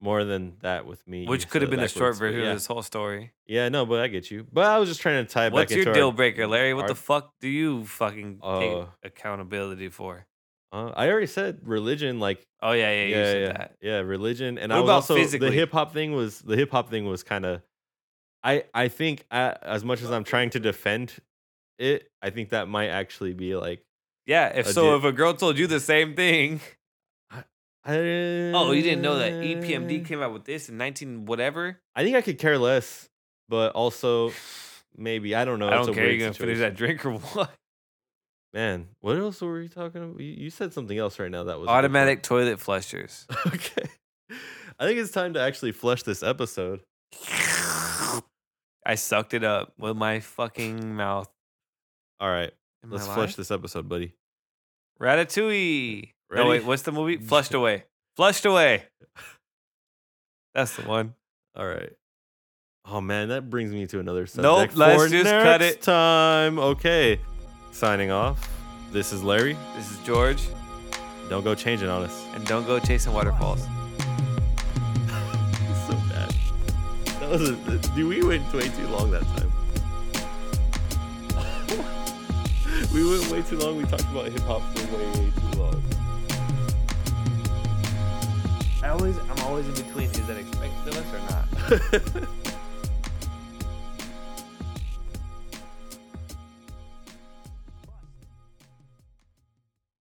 Speaker 2: more than that with me,
Speaker 1: Which
Speaker 2: you
Speaker 1: could have
Speaker 2: said it
Speaker 1: been the short
Speaker 2: backwards, but
Speaker 1: version
Speaker 2: Yeah.
Speaker 1: of this whole story.
Speaker 2: yeah, no, but I get you. But I was just trying to tie it
Speaker 1: What's
Speaker 2: back.
Speaker 1: your
Speaker 2: into
Speaker 1: deal
Speaker 2: our-
Speaker 1: breaker, Larry? What
Speaker 2: our-
Speaker 1: the fuck do you fucking
Speaker 2: Uh,
Speaker 1: take accountability for?
Speaker 2: Uh, I already said religion. Like
Speaker 1: Oh yeah, yeah,
Speaker 2: yeah,
Speaker 1: you
Speaker 2: yeah,
Speaker 1: said
Speaker 2: yeah,
Speaker 1: that.
Speaker 2: religion. And
Speaker 1: What
Speaker 2: I was
Speaker 1: about
Speaker 2: also the
Speaker 1: physically?
Speaker 2: hip hop thing was the uh, hip hop thing was kind of. I I think I, as much as I'm trying to defend it, I think that might actually be like,
Speaker 1: Yeah. If so,
Speaker 2: Legit.
Speaker 1: if a girl told you the same thing,
Speaker 2: oh,
Speaker 1: oh, you didn't know that EPMD came out with this in 19 whatever.
Speaker 2: I think I could care less, but also maybe I don't know.
Speaker 1: I
Speaker 2: it's
Speaker 1: don't
Speaker 2: a
Speaker 1: care.
Speaker 2: weird
Speaker 1: You're gonna finish
Speaker 2: situation.
Speaker 1: that drink or what?
Speaker 2: Man, what else were we talking about? You, you said something else right now that was
Speaker 1: Automatic toilet flushers.
Speaker 2: different. okay. I think it's time to actually flush this episode.
Speaker 1: I sucked it up with my fucking mouth.
Speaker 2: All right,
Speaker 1: Am I
Speaker 2: let's
Speaker 1: lying?
Speaker 2: flush this episode, buddy.
Speaker 1: Ratatouille. No,
Speaker 2: Ready?
Speaker 1: wait, what's the movie? Flushed Away. Flushed Away. That's the one.
Speaker 2: All right. Oh man, that brings me to another
Speaker 1: Nope,
Speaker 2: subject.
Speaker 1: let's
Speaker 2: for
Speaker 1: just
Speaker 2: next
Speaker 1: cut it.
Speaker 2: Time. Okay. Signing off. This is Larry.
Speaker 1: This is George,
Speaker 2: Don't go changing on us.
Speaker 1: and don't go chasing waterfalls.
Speaker 2: so bad. That was a, dude, we went way too long that time. we went way too long. We talked about hip hop for way, way too long.
Speaker 1: I always, I'm always in between. Is that expected of us or not?